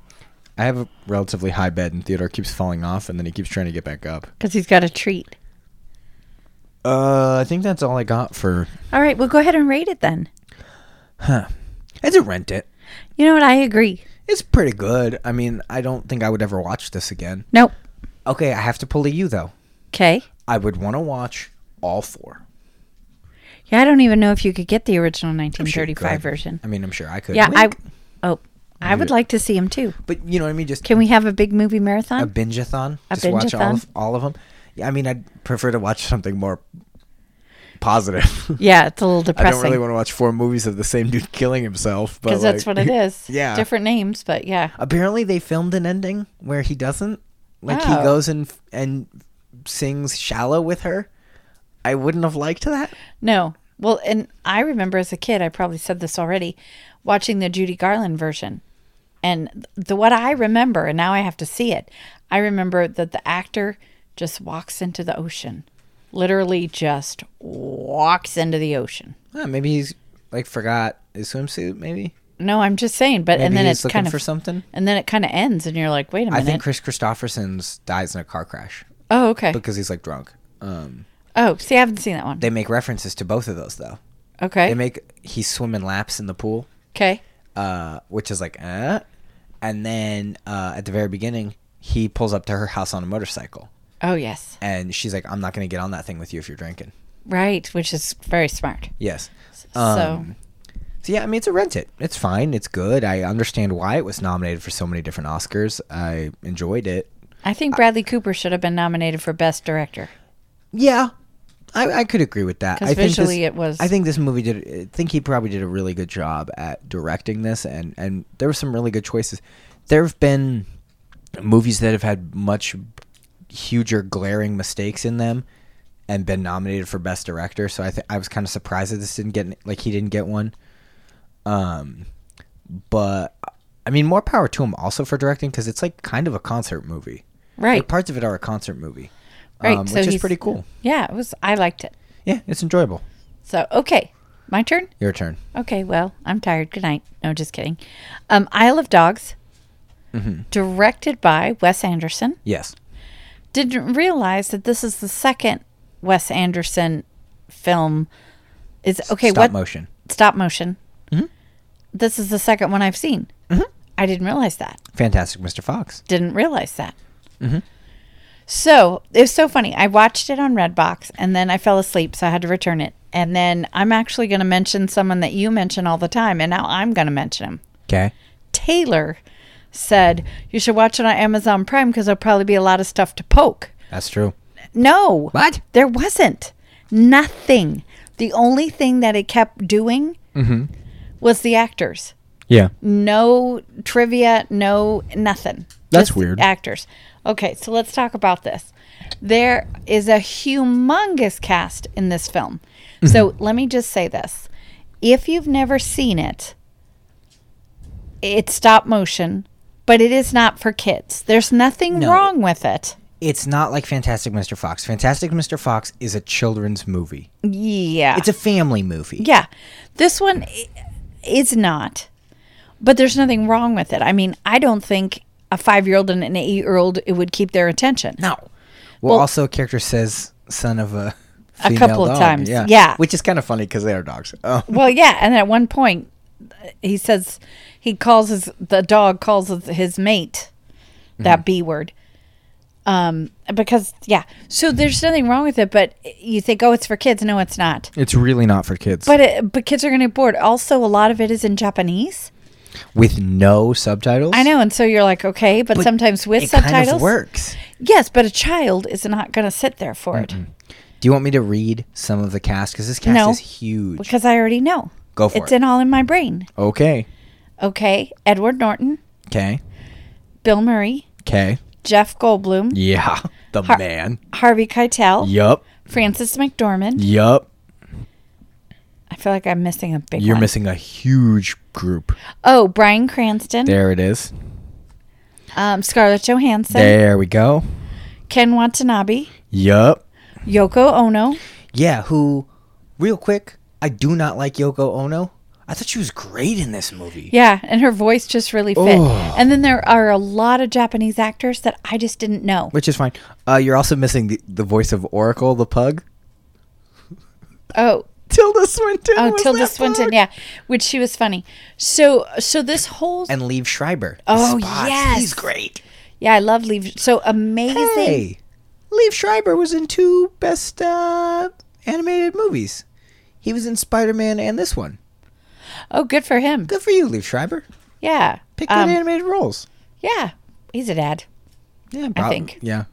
[SPEAKER 1] i have a relatively high bed and theodore keeps falling off and then he keeps trying to get back up
[SPEAKER 2] because he's got a treat.
[SPEAKER 1] uh i think that's all i got for
[SPEAKER 2] All right, well, go ahead and rate it then.
[SPEAKER 1] i did rent it
[SPEAKER 2] You know what? I agree.
[SPEAKER 1] it's pretty good i mean i don't think i would ever watch this again
[SPEAKER 2] Nope.
[SPEAKER 1] Okay, I have to pull a you though.
[SPEAKER 2] Okay.
[SPEAKER 1] I would want to watch all four.
[SPEAKER 2] Yeah, I don't even know if you could get the original
[SPEAKER 1] Sure, you
[SPEAKER 2] 1935
[SPEAKER 1] could.
[SPEAKER 2] version.
[SPEAKER 1] I mean, I'm sure I could.
[SPEAKER 2] Yeah,
[SPEAKER 1] Wink.
[SPEAKER 2] I. Oh, I would like to see him too.
[SPEAKER 1] But you know what I mean? Just
[SPEAKER 2] Can we have a big movie
[SPEAKER 1] a
[SPEAKER 2] marathon?
[SPEAKER 1] binge-a-thon.
[SPEAKER 2] A
[SPEAKER 1] Just watch all
[SPEAKER 2] binge-a-thon?
[SPEAKER 1] of, all of them. Yeah, I mean, I'd prefer to watch something more positive. [LAUGHS]
[SPEAKER 2] yeah, it's a little
[SPEAKER 1] I
[SPEAKER 2] depressing.
[SPEAKER 1] don't really want to watch four movies of the same dude [LAUGHS] killing himself. Because
[SPEAKER 2] because that's what it is.
[SPEAKER 1] Yeah.
[SPEAKER 2] different names, but yeah.
[SPEAKER 1] [LAUGHS] Apparently, they filmed an ending where he doesn't. Like he
[SPEAKER 2] Oh.
[SPEAKER 1] goes and and sings "Shallow" with her. I wouldn't have liked that.
[SPEAKER 2] No, well, and I remember as a kid, I probably said this already, watching the Judy Garland version, and the what I remember, and now I have to see it. I remember that the actor just walks into the ocean, literally just walks into the ocean.
[SPEAKER 1] Well, Ah, maybe he's like forgot his swimsuit. Maybe
[SPEAKER 2] No, I'm just saying, but
[SPEAKER 1] maybe
[SPEAKER 2] and then
[SPEAKER 1] he's
[SPEAKER 2] it's
[SPEAKER 1] looking
[SPEAKER 2] kind of
[SPEAKER 1] for something.
[SPEAKER 2] and then it kind of ends, and you're like, wait a
[SPEAKER 1] I
[SPEAKER 2] minute.
[SPEAKER 1] think Chris Christopherson's dies in a car crash
[SPEAKER 2] oh, okay.
[SPEAKER 1] because he's like drunk. Um,
[SPEAKER 2] Oh, see, I haven't seen that one.
[SPEAKER 1] they make references to both of those though. They
[SPEAKER 2] Okay.
[SPEAKER 1] make he's swimming laps in the pool,
[SPEAKER 2] okay.
[SPEAKER 1] uh, which is like, uh, and then uh, at the very beginning, he pulls up to her house on a motorcycle,
[SPEAKER 2] Oh yes,
[SPEAKER 1] and she's like, "I'm not going to get on that thing with you if you're drinking."
[SPEAKER 2] right, which is very smart.
[SPEAKER 1] Yes.
[SPEAKER 2] so
[SPEAKER 1] Um, So yeah, I mean, it's a rent it. It's fine. It's good. I understand why it was nominated for so many different Oscars. I enjoyed it.
[SPEAKER 2] I think Bradley Cooper should have been nominated for Best Director.
[SPEAKER 1] Yeah, I, I could agree with that.
[SPEAKER 2] 'Cause
[SPEAKER 1] I think
[SPEAKER 2] visually
[SPEAKER 1] this,
[SPEAKER 2] it was-
[SPEAKER 1] I think this movie did. I think he probably did a really good job at directing this, and and there were some really good choices. There have been movies that have had much huger, glaring mistakes in them, and been nominated for best director. So I th- I was kind of surprised that this didn't get like he didn't get one. Um, but I mean, more power to him also for directing because it's like kind of a concert movie.
[SPEAKER 2] Right.
[SPEAKER 1] Like, parts of it are a concert movie.
[SPEAKER 2] Right,
[SPEAKER 1] um,
[SPEAKER 2] so
[SPEAKER 1] which is
[SPEAKER 2] he's-
[SPEAKER 1] pretty cool.
[SPEAKER 2] Yeah, it was. I liked it.
[SPEAKER 1] Yeah, it's enjoyable.
[SPEAKER 2] So okay, my turn.
[SPEAKER 1] Your turn.
[SPEAKER 2] Okay, well, I'm tired. Good night. No, just kidding. Um, Isle of Dogs,
[SPEAKER 1] Mm-hmm.
[SPEAKER 2] directed by Wes Anderson.
[SPEAKER 1] Yes.
[SPEAKER 2] didn't realize that this is the second Wes Anderson film. Is
[SPEAKER 1] Stop
[SPEAKER 2] okay.
[SPEAKER 1] Mm-hmm.
[SPEAKER 2] what
[SPEAKER 1] motion.
[SPEAKER 2] stop motion? This is the second one I've seen. I didn't realize that.
[SPEAKER 1] Fantastic Mr. Fox.
[SPEAKER 2] Didn't realize that. So it was so funny. I watched it on Redbox and then I fell asleep, so I had to return it. And then I'm actually going to mention someone that you mention all the time, and now I'm going to mention him.
[SPEAKER 1] Okay.
[SPEAKER 2] Taylor said you should watch it on Amazon Prime because there'll probably be a lot of stuff to poke.
[SPEAKER 1] That's true.
[SPEAKER 2] No.
[SPEAKER 1] What?
[SPEAKER 2] There wasn't. Nothing. The only thing that it kept doing was the actors.
[SPEAKER 1] Yeah.
[SPEAKER 2] No trivia, no nothing.
[SPEAKER 1] That's
[SPEAKER 2] Just
[SPEAKER 1] weird.
[SPEAKER 2] Actors. Okay, so let's talk about this. There is a humongous cast in this film.
[SPEAKER 1] Mm-hmm.
[SPEAKER 2] So let me just say this. If you've never seen it, it's stop motion, but it is not for kids. There's nothing
[SPEAKER 1] No.
[SPEAKER 2] wrong with it.
[SPEAKER 1] It's not like Fantastic Mr. Fox. Fantastic Mr. Fox is a children's movie.
[SPEAKER 2] Yeah.
[SPEAKER 1] It's a family movie.
[SPEAKER 2] Yeah. This one i- is not, but there's nothing wrong with it. I mean, I don't think a five year old and an eight year old it would keep their attention.
[SPEAKER 1] No. Well, also a character says son of a female
[SPEAKER 2] couple of
[SPEAKER 1] dog.
[SPEAKER 2] times, yeah.
[SPEAKER 1] Which is kind of funny because they are dogs. Oh.
[SPEAKER 2] Well, yeah. And at one point, he says he calls his, the dog calls his- his mate
[SPEAKER 1] Mm-hmm.
[SPEAKER 2] that B word. Um, because yeah, so there's nothing wrong with it, but you think, oh, it's for kids. No, it's not.
[SPEAKER 1] It's really not for kids.
[SPEAKER 2] But it, but kids are gonna get bored. Also, a lot of it is in Japanese.
[SPEAKER 1] With no subtitles.
[SPEAKER 2] I know, and so you're like, okay, but, sometimes with
[SPEAKER 1] it
[SPEAKER 2] subtitles,
[SPEAKER 1] kind of works.
[SPEAKER 2] Yes, but a child is not going to sit there for it
[SPEAKER 1] Do you want me to read some of the cast? Because this cast
[SPEAKER 2] No.
[SPEAKER 1] is huge.
[SPEAKER 2] because I already know.
[SPEAKER 1] Go for
[SPEAKER 2] It's
[SPEAKER 1] it.
[SPEAKER 2] in all in my brain.
[SPEAKER 1] okay.
[SPEAKER 2] Okay. Edward Norton,
[SPEAKER 1] Okay.
[SPEAKER 2] Bill Murray,
[SPEAKER 1] Okay.
[SPEAKER 2] Jeff Goldblum,
[SPEAKER 1] Yeah. [LAUGHS] The
[SPEAKER 2] Har-
[SPEAKER 1] man.
[SPEAKER 2] Harvey Keitel,
[SPEAKER 1] Yup.
[SPEAKER 2] Francis McDormand.
[SPEAKER 1] Yup.
[SPEAKER 2] I feel like I'm missing a big
[SPEAKER 1] You're
[SPEAKER 2] one.
[SPEAKER 1] missing a huge group.
[SPEAKER 2] oh, Brian Cranston,
[SPEAKER 1] There it is.
[SPEAKER 2] um, Scarlett Johansson,
[SPEAKER 1] There we go.
[SPEAKER 2] Ken Watanabe,
[SPEAKER 1] Yup.
[SPEAKER 2] Yoko Ono.
[SPEAKER 1] Yeah, who, real quick, I do not like Yoko Ono. I thought she was great in this movie.
[SPEAKER 2] Yeah, and her voice just really fit.
[SPEAKER 1] Oh.
[SPEAKER 2] And then there are a lot of Japanese actors that I just didn't know.
[SPEAKER 1] Which is fine. Uh, you're also missing the, the voice of Oracle the pug. [LAUGHS]
[SPEAKER 2] Oh,
[SPEAKER 1] Tilda Swinton.
[SPEAKER 2] oh,
[SPEAKER 1] was
[SPEAKER 2] Tilda
[SPEAKER 1] that
[SPEAKER 2] Swinton,
[SPEAKER 1] pug.
[SPEAKER 2] yeah, which she was funny. So, so this whole
[SPEAKER 1] And Liev Schreiber.
[SPEAKER 2] Oh,
[SPEAKER 1] Spots.
[SPEAKER 2] yes.
[SPEAKER 1] He's great.
[SPEAKER 2] Yeah, I love leave. So amazing.
[SPEAKER 1] Hey. Leif Schreiber was in two best uh, animated movies. He was in Spider Man and this one.
[SPEAKER 2] Oh, good for him.
[SPEAKER 1] Good for you, Leif Schreiber.
[SPEAKER 2] Yeah.
[SPEAKER 1] Pick good
[SPEAKER 2] Um,
[SPEAKER 1] animated roles.
[SPEAKER 2] yeah. He's a dad.
[SPEAKER 1] Yeah,
[SPEAKER 2] I
[SPEAKER 1] prob-
[SPEAKER 2] think.
[SPEAKER 1] Yeah.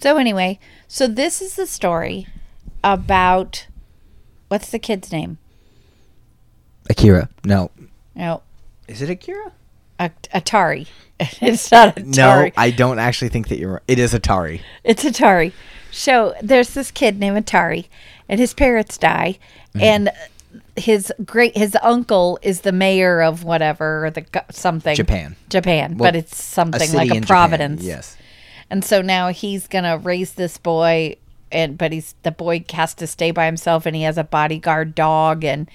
[SPEAKER 2] So anyway, so this is the story about what's the kid's name?
[SPEAKER 1] Akira. No.
[SPEAKER 2] No,
[SPEAKER 1] Is it Akira?
[SPEAKER 2] At- Atari. [LAUGHS] it's not Atari.
[SPEAKER 1] No, I don't actually think that you're right. It is Atari.
[SPEAKER 2] It's Atari. So there's this kid named Atari, and his parents die,
[SPEAKER 1] Mm-hmm.
[SPEAKER 2] and his great his uncle is the mayor of whatever or the go- something
[SPEAKER 1] Japan.
[SPEAKER 2] Japan,
[SPEAKER 1] Well,
[SPEAKER 2] but it's
[SPEAKER 1] A
[SPEAKER 2] something
[SPEAKER 1] city
[SPEAKER 2] like
[SPEAKER 1] in
[SPEAKER 2] a
[SPEAKER 1] Japan,
[SPEAKER 2] Providence.
[SPEAKER 1] Yes.
[SPEAKER 2] And so now he's gonna raise this boy, and but he's the boy has to stay by himself, and he has a bodyguard dog and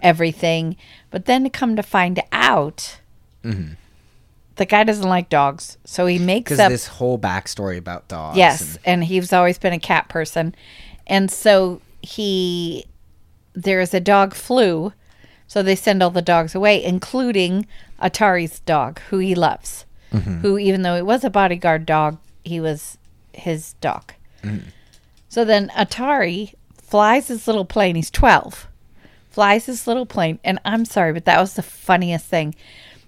[SPEAKER 2] everything. But then come to find out, the guy doesn't like dogs, so he makes
[SPEAKER 1] Mm-hmm. Because
[SPEAKER 2] up
[SPEAKER 1] this whole backstory about dogs.
[SPEAKER 2] yes, and he's always been a cat person, and so he there is a dog flu, so they send all the dogs away, including Atari's dog, who he loves, who even though it was a bodyguard dog, he was his dog. So then Atari flies his little plane. He's 12. Flies his little plane. And I'm sorry, but that was the funniest thing.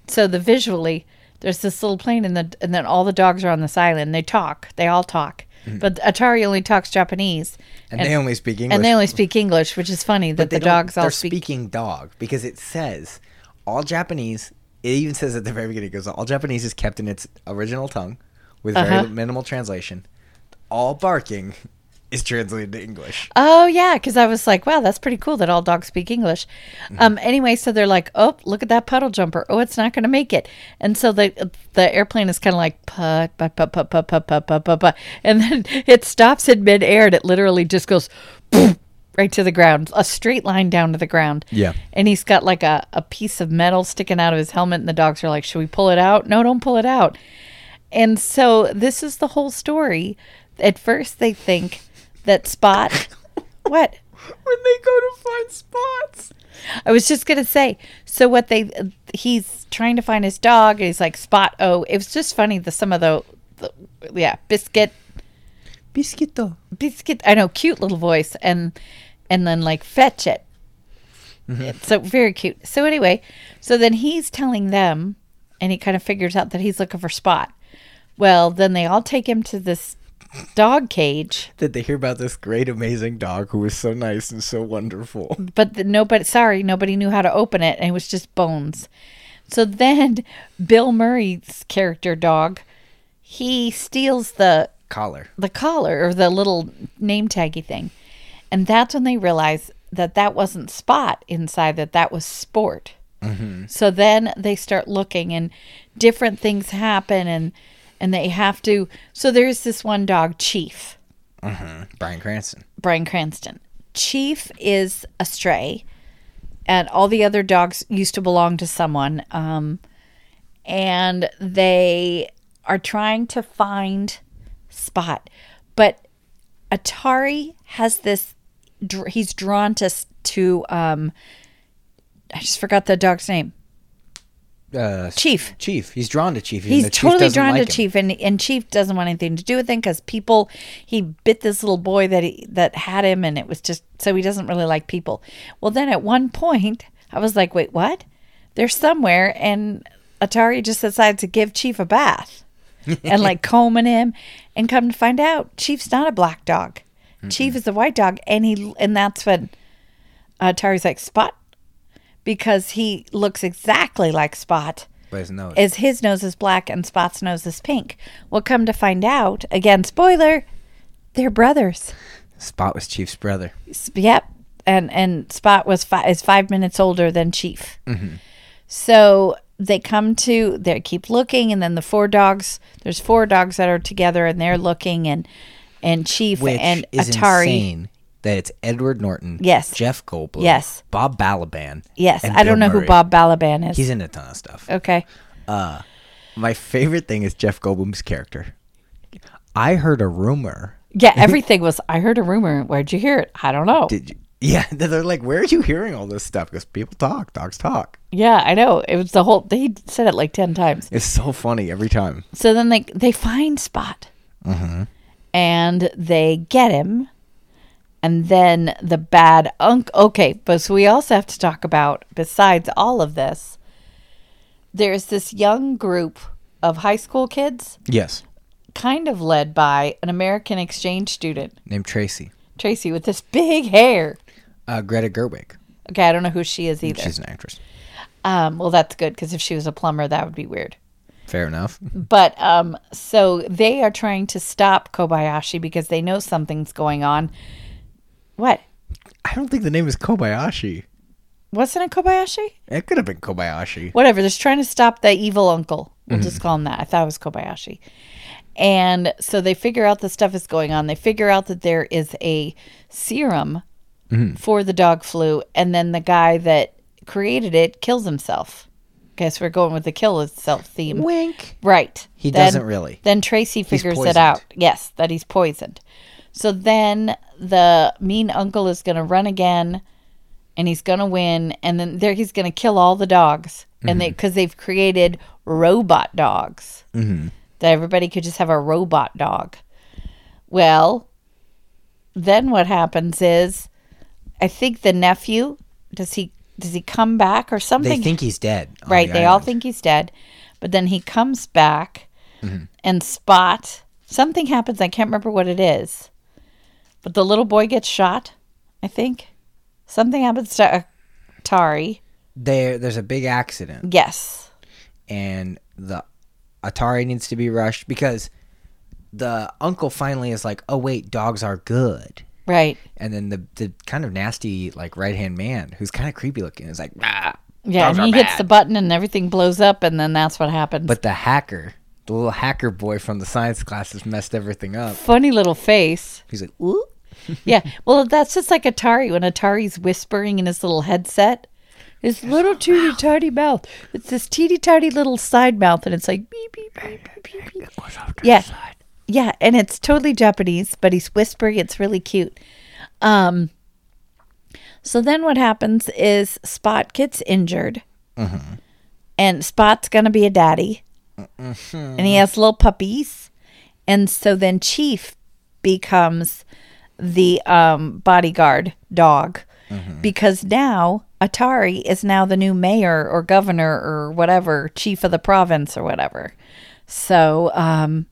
[SPEAKER 2] So the visually, there's this little plane, and, the, and then all the dogs are on this island. They talk. They all talk. But Atari only talks Japanese.
[SPEAKER 1] Mm-hmm. And, they only speak English.
[SPEAKER 2] and they only speak English, which is funny that
[SPEAKER 1] They
[SPEAKER 2] the
[SPEAKER 1] don't-
[SPEAKER 2] dogs all
[SPEAKER 1] they're
[SPEAKER 2] speak.
[SPEAKER 1] speaking dog because it says all Japanese. It even says at the very beginning, it goes all Japanese is kept in its original tongue with
[SPEAKER 2] Uh-huh.
[SPEAKER 1] very minimal translation. All barking is translated to English.
[SPEAKER 2] Oh yeah, because I was like, wow, that's pretty cool that all dogs speak English.
[SPEAKER 1] Mm.
[SPEAKER 2] Um, anyway, so they're like, oh, look at that puddle jumper. Oh, it's not going to make it. And so the the airplane is kind of like put put put put put put put put put put, and then [LAUGHS] it stops in midair and it literally just goes [LAUGHS] right to the ground, a straight line down to the ground.
[SPEAKER 1] Yeah.
[SPEAKER 2] And he's got like a, a piece of metal sticking out of his helmet, and the dogs are like, should we pull it out? No, don't pull it out. And so this is the whole story. At first, they think that Spot. what?
[SPEAKER 1] When they go to find spots,
[SPEAKER 2] I was just gonna say. So what they he's trying to find his dog, and he's like Spot. Oh, it was just funny. The some of the, the yeah biscuit
[SPEAKER 1] biscuito.
[SPEAKER 2] biscuit. I know cute little voice, and and then like fetch it. So very cute. So anyway, so then he's telling them, and he kind of figures out that he's looking for Spot. Well, then they all take him to this dog cage.
[SPEAKER 1] Did they hear about this great, amazing dog who was so nice and so wonderful?
[SPEAKER 2] but the, nobody sorry nobody knew how to open it and it was just bones so then [LAUGHS] bill murray's character dog he steals the
[SPEAKER 1] Collar.
[SPEAKER 2] the collar or the little name taggy thing and that's when they realize that that wasn't spot inside that that was sport so then they start looking and different things happen and and they have to so there's this one dog chief
[SPEAKER 1] Brian Cranston.
[SPEAKER 2] Brian Cranston. Chief is a stray, and all the other dogs used to belong to someone. Um, and they are trying to find Spot, but Atari has this. dr- He's drawn to s- to. Um, I just forgot the dog's name.
[SPEAKER 1] Uh,
[SPEAKER 2] Chief.
[SPEAKER 1] Chief. He's drawn to Chief. even
[SPEAKER 2] He's
[SPEAKER 1] though Chief
[SPEAKER 2] totally
[SPEAKER 1] doesn't
[SPEAKER 2] drawn
[SPEAKER 1] like
[SPEAKER 2] to
[SPEAKER 1] him.
[SPEAKER 2] Chief, and and Chief doesn't want anything to do with him because people. He bit this little boy that he that had him, and it was just so he doesn't really like people. Well, then at one point, I was like, wait, what? They're somewhere, and Atari just decides to give Chief
[SPEAKER 1] [LAUGHS]
[SPEAKER 2] a bath, and like combing him, and come to find out, Chief's not a black dog. Chief is a white dog, and he and that's when Atari's like Spot, because he looks exactly like Spot
[SPEAKER 1] But it's no.
[SPEAKER 2] is his nose is black and Spot's nose is pink. Well, come to find out, again, spoiler, they're brothers.
[SPEAKER 1] Spot was Chief's brother.
[SPEAKER 2] S- Yep, and and Spot was fi- is five minutes older than Chief.
[SPEAKER 1] Mm-hmm.
[SPEAKER 2] So they come to they keep looking, and then the four dogs. There's four dogs that are together, and they're looking, and and Chief
[SPEAKER 1] which
[SPEAKER 2] and
[SPEAKER 1] is
[SPEAKER 2] Atari.
[SPEAKER 1] insane that it's Edward Norton,
[SPEAKER 2] Yes.
[SPEAKER 1] Jeff Goldblum,
[SPEAKER 2] Yes.
[SPEAKER 1] Bob Balaban,
[SPEAKER 2] Yes,
[SPEAKER 1] and
[SPEAKER 2] I don't
[SPEAKER 1] Bill
[SPEAKER 2] know
[SPEAKER 1] Murray.
[SPEAKER 2] who Bob Balaban is.
[SPEAKER 1] He's in a ton of stuff.
[SPEAKER 2] okay,
[SPEAKER 1] My favorite thing is Jeff Goldblum's character. I heard a rumor.
[SPEAKER 2] yeah, everything was. I heard a rumor. Where'd you hear it? I don't know.
[SPEAKER 1] Did you? Yeah, [LAUGHS] they're like, where are you hearing all this stuff? Because people talk, dogs talk.
[SPEAKER 2] yeah, I know. It was the whole. He said it like ten times.
[SPEAKER 1] It's so funny every time.
[SPEAKER 2] So then they they find Spot, and they get him. And then the bad unc. Okay, but so we also have to talk about, besides all of this, there's this young group of high school kids,
[SPEAKER 1] Yes.
[SPEAKER 2] kind of led by an American exchange student,
[SPEAKER 1] Named Tracy.
[SPEAKER 2] Tracy, with this big hair.
[SPEAKER 1] Uh, Greta Gerwig.
[SPEAKER 2] Okay, I don't know who she is either.
[SPEAKER 1] She's an actress.
[SPEAKER 2] Um, well, that's good because if she was a plumber, that would be weird.
[SPEAKER 1] Fair enough.
[SPEAKER 2] But um, so they are trying to stop Kobayashi because they know something's going on. What?
[SPEAKER 1] I don't think the name is Kobayashi.
[SPEAKER 2] Wasn't it Kobayashi?
[SPEAKER 1] It could have been Kobayashi.
[SPEAKER 2] Whatever. They're trying to stop the evil uncle. We'll just call him that. I thought it was Kobayashi. And so they figure out the stuff is going on. They figure out that there is a serum for the dog flu, and then the guy that created it kills himself. Guess we're going with the kill itself theme.
[SPEAKER 1] Wink.
[SPEAKER 2] Right.
[SPEAKER 1] He doesn't really.
[SPEAKER 2] Then Tracy figures it
[SPEAKER 1] poisoned.
[SPEAKER 2] out. Yes, that he's poisoned. So then the mean uncle is going to run again and he's going to win and then there he's going to kill all the dogs and
[SPEAKER 1] Mm-hmm.
[SPEAKER 2] they cuz they've created robot dogs. Mm-hmm. That everybody could just have a robot dog. Well, then what happens is I think the nephew does he does he come back or something
[SPEAKER 1] They think he's dead. on
[SPEAKER 2] Right.
[SPEAKER 1] the
[SPEAKER 2] they all
[SPEAKER 1] island.
[SPEAKER 2] think he's dead. But then he comes back
[SPEAKER 1] Mm-hmm.
[SPEAKER 2] and Spot, something happens. I can't remember what it is. But the little boy gets shot, I think. Something happens to uh, Tari.
[SPEAKER 1] There, there's a big accident.
[SPEAKER 2] Yes.
[SPEAKER 1] and the Atari needs to be rushed because the uncle finally is like, "Oh wait, dogs are good."
[SPEAKER 2] Right.
[SPEAKER 1] And then the the kind of nasty like right hand man who's kind of creepy looking is like, "Ah."
[SPEAKER 2] Yeah.
[SPEAKER 1] Dogs
[SPEAKER 2] and he
[SPEAKER 1] are
[SPEAKER 2] hits
[SPEAKER 1] bad."
[SPEAKER 2] the button and everything blows up. And then that's what happens.
[SPEAKER 1] But the hacker, the little hacker boy from the science class, has messed everything up.
[SPEAKER 2] funny little face.
[SPEAKER 1] He's like, "Ooh."
[SPEAKER 2] [LAUGHS] yeah. Well, that's just like Atari when Atari's whispering in his little headset. His little teeny tiny mouth. It's this teeny tiny little side mouth, and it's like beep beep beep beep beep. beep. Yeah, yeah, and it's totally Japanese, but he's whispering. It's really cute. Um. So then, what happens is Spot gets injured,
[SPEAKER 1] Mm-hmm.
[SPEAKER 2] and Spot's gonna be a daddy, and he has little puppies, and so then Chief becomes the um, bodyguard dog because now Atari is now the new mayor or governor or whatever, chief of the province or whatever. So um,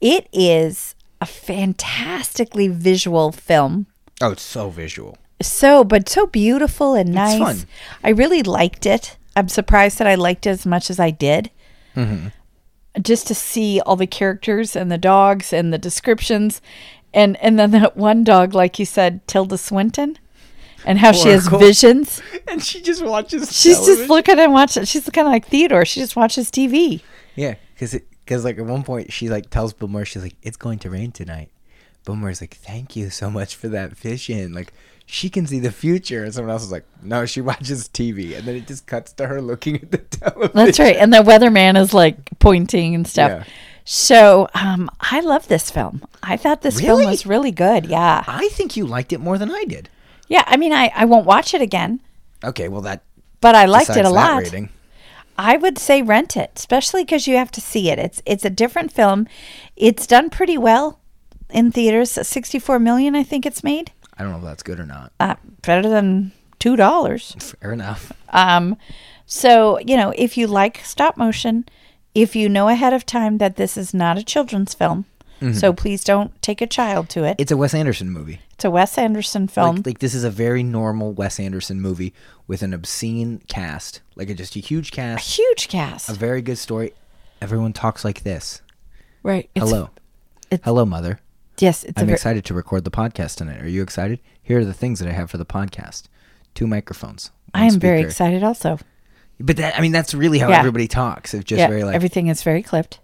[SPEAKER 2] it is a fantastically visual film.
[SPEAKER 1] Oh, it's so visual.
[SPEAKER 2] So, but so beautiful and nice.
[SPEAKER 1] fun.
[SPEAKER 2] I really liked it. I'm surprised that I liked it as much as I did.
[SPEAKER 1] Mm-hmm.
[SPEAKER 2] Just to see all the characters and the dogs and the descriptions, and and then that one dog, like you said, Tilda Swinton, and how
[SPEAKER 1] [LAUGHS]
[SPEAKER 2] she has
[SPEAKER 1] Oracle.
[SPEAKER 2] visions.
[SPEAKER 1] [LAUGHS] And she just watches.
[SPEAKER 2] She's just looking and watching. She's kind of like Theodore. She just watches TV.
[SPEAKER 1] Yeah, because because like at one point she like tells Boomer she's like it's going to rain tonight. Boomer's like thank you so much for that vision. Like she can see the future, and someone else is like no, she watches TV, and then it just cuts to her looking at the [LAUGHS] television.
[SPEAKER 2] That's right. And the weatherman is like pointing and stuff.
[SPEAKER 1] Yeah.
[SPEAKER 2] So um, I love this film. I thought this
[SPEAKER 1] Really?
[SPEAKER 2] film was really good. Yeah.
[SPEAKER 1] I think you liked it more than I did.
[SPEAKER 2] Yeah, I mean, I, I won't watch it again,
[SPEAKER 1] Okay, well that
[SPEAKER 2] but I liked it
[SPEAKER 1] decides
[SPEAKER 2] a
[SPEAKER 1] that
[SPEAKER 2] lot.
[SPEAKER 1] rating.
[SPEAKER 2] I would say rent it, especially because you have to see it. It's it's a different film. It's done pretty well in theaters. Sixty four million, I think it's made.
[SPEAKER 1] I don't know if that's good or not.
[SPEAKER 2] Uh, better than two dollars.
[SPEAKER 1] Fair enough.
[SPEAKER 2] Um, so you know, if you like stop motion, if you know ahead of time that this is not a children's film,
[SPEAKER 1] Mm-hmm.
[SPEAKER 2] so please don't take a child to it.
[SPEAKER 1] It's a Wes Anderson movie.
[SPEAKER 2] It's a Wes Anderson film.
[SPEAKER 1] Like, like this is a very normal Wes Anderson movie with an obscene cast, like a, just a huge cast,
[SPEAKER 2] Huge
[SPEAKER 1] a
[SPEAKER 2] cast,
[SPEAKER 1] very good story. Everyone talks like this.
[SPEAKER 2] right? It's,
[SPEAKER 1] Hello.
[SPEAKER 2] it's-
[SPEAKER 1] Hello, mother.
[SPEAKER 2] Yes, it's a
[SPEAKER 1] I'm
[SPEAKER 2] ver-
[SPEAKER 1] excited to record the podcast tonight. Are you excited? Here are the things that I have for the podcast. Two microphones. one
[SPEAKER 2] I am very
[SPEAKER 1] speaker.
[SPEAKER 2] excited. Also,
[SPEAKER 1] But that I mean that's really how
[SPEAKER 2] Yeah.
[SPEAKER 1] everybody talks. It's just
[SPEAKER 2] yeah,
[SPEAKER 1] very like
[SPEAKER 2] everything is very clipped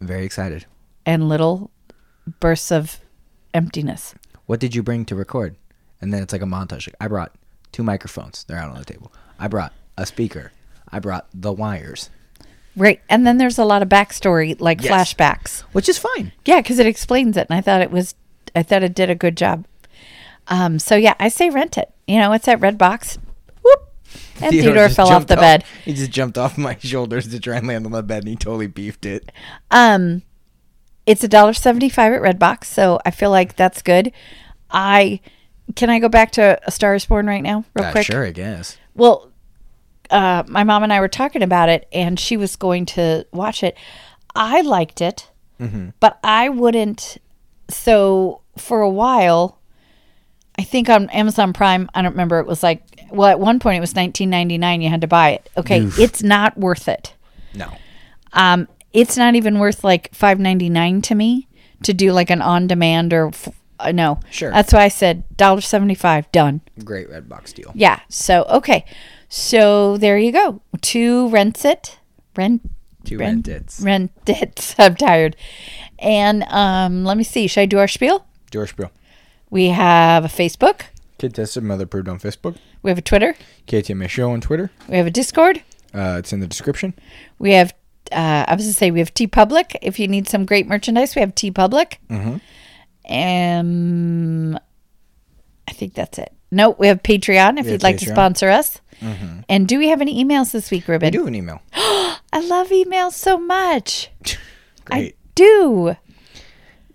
[SPEAKER 1] very excited.
[SPEAKER 2] and little bursts of emptiness.
[SPEAKER 1] What did you bring to record? And then it's like a montage. Like, I brought two microphones. They're out on the table. I brought a speaker. I brought the wires.
[SPEAKER 2] Right, and then there's a lot of backstory, like
[SPEAKER 1] Yes.
[SPEAKER 2] flashbacks.
[SPEAKER 1] Which is fine.
[SPEAKER 2] Yeah, because it explains it, and I thought it was, I thought it did a good job. Um, so yeah, I say rent it. You know, it's at Redbox. Whoop, and Theodore,
[SPEAKER 1] just
[SPEAKER 2] fell off
[SPEAKER 1] jumped
[SPEAKER 2] the bed.
[SPEAKER 1] He [LAUGHS] just jumped off my shoulders to try and land on the bed and he totally beefed it.
[SPEAKER 2] Um, It's a dollar seventy five at Redbox, so I feel like that's good. I can I go back to A Star Is Born right now, real
[SPEAKER 1] Uh,
[SPEAKER 2] quick.
[SPEAKER 1] Sure, I guess.
[SPEAKER 2] Well, uh, my mom and I were talking about it, and she was going to watch it. I liked it, but I wouldn't. So for a while, I think on Amazon Prime, I don't remember. It was like, well, at one point it was nineteen ninety nine. You had to buy it. Okay, it's not worth it.
[SPEAKER 1] No.
[SPEAKER 2] Um, it's not even worth like five ninety nine to me to do like an on demand or f- uh, no.
[SPEAKER 1] Sure.
[SPEAKER 2] That's why I said dollar seventy five. Done.
[SPEAKER 1] Great red box deal.
[SPEAKER 2] Yeah. So okay. So there you go. Two rents it. Rent
[SPEAKER 1] Two
[SPEAKER 2] rent-
[SPEAKER 1] rent it.
[SPEAKER 2] rent it. [LAUGHS] I'm tired. And um, let me see. Should I do our spiel?
[SPEAKER 1] George Spiel.
[SPEAKER 2] We have a Facebook.
[SPEAKER 1] Kid tested, mother approved on Facebook.
[SPEAKER 2] We have a Twitter.
[SPEAKER 1] KTM show on Twitter.
[SPEAKER 2] We have a Discord.
[SPEAKER 1] Uh, it's in the description.
[SPEAKER 2] We have. Uh, I was gonna say we have T Public. If you need some great merchandise, we have T Public.
[SPEAKER 1] Mm-hmm.
[SPEAKER 2] Um, I think that's it. No, we have Patreon. If
[SPEAKER 1] We have
[SPEAKER 2] you'd like to
[SPEAKER 1] Patreon.
[SPEAKER 2] sponsor us. And do we have any emails this week, Ruben?
[SPEAKER 1] I do have an email.
[SPEAKER 2] I love emails so much.
[SPEAKER 1] Great.
[SPEAKER 2] I do.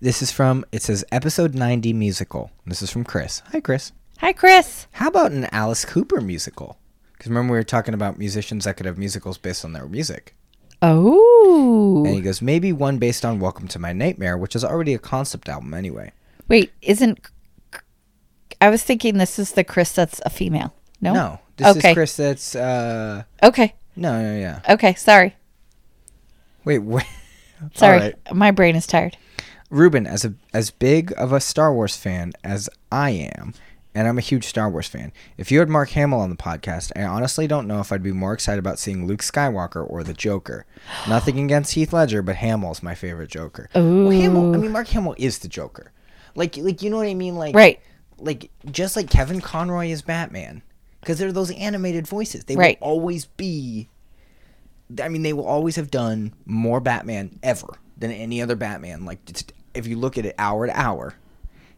[SPEAKER 1] This is from, it says episode 90 musical. This is from Chris. Hi, Chris.
[SPEAKER 2] Hi, Chris.
[SPEAKER 1] How about an Alice Cooper musical? Because remember, we were talking about musicians that could have musicals based on their music. And
[SPEAKER 2] Oh.
[SPEAKER 1] he goes, maybe one based on Welcome to My Nightmare, which is already a concept album anyway.
[SPEAKER 2] Wait, isn't. I was thinking this is the Chris that's a female. No?
[SPEAKER 1] No, this
[SPEAKER 2] okay.
[SPEAKER 1] is Chris that's, uh,
[SPEAKER 2] Okay.
[SPEAKER 1] no, no, yeah.
[SPEAKER 2] Okay. Sorry.
[SPEAKER 1] Wait, [LAUGHS] wait.
[SPEAKER 2] Sorry.
[SPEAKER 1] All right.
[SPEAKER 2] My brain is [LAUGHS] tired.
[SPEAKER 1] Ruben, as a as big of a Star Wars fan as I am, and I'm a huge Star Wars fan. If you had Mark Hamill on the podcast, I honestly don't know if I'd be more excited about seeing Luke Skywalker or the Joker. Nothing against Heath Ledger, but Hamill's my favorite Joker. Well, Hamill, I mean, Mark Hamill is the Joker. Like, like you know what I mean? Like,
[SPEAKER 2] Right.
[SPEAKER 1] Like just like Kevin Conroy is Batman, because they're those animated voices. They
[SPEAKER 2] Right.
[SPEAKER 1] will always be I mean, they will always have done more Batman ever than any other Batman. Like, just, if you look at it hour to hour,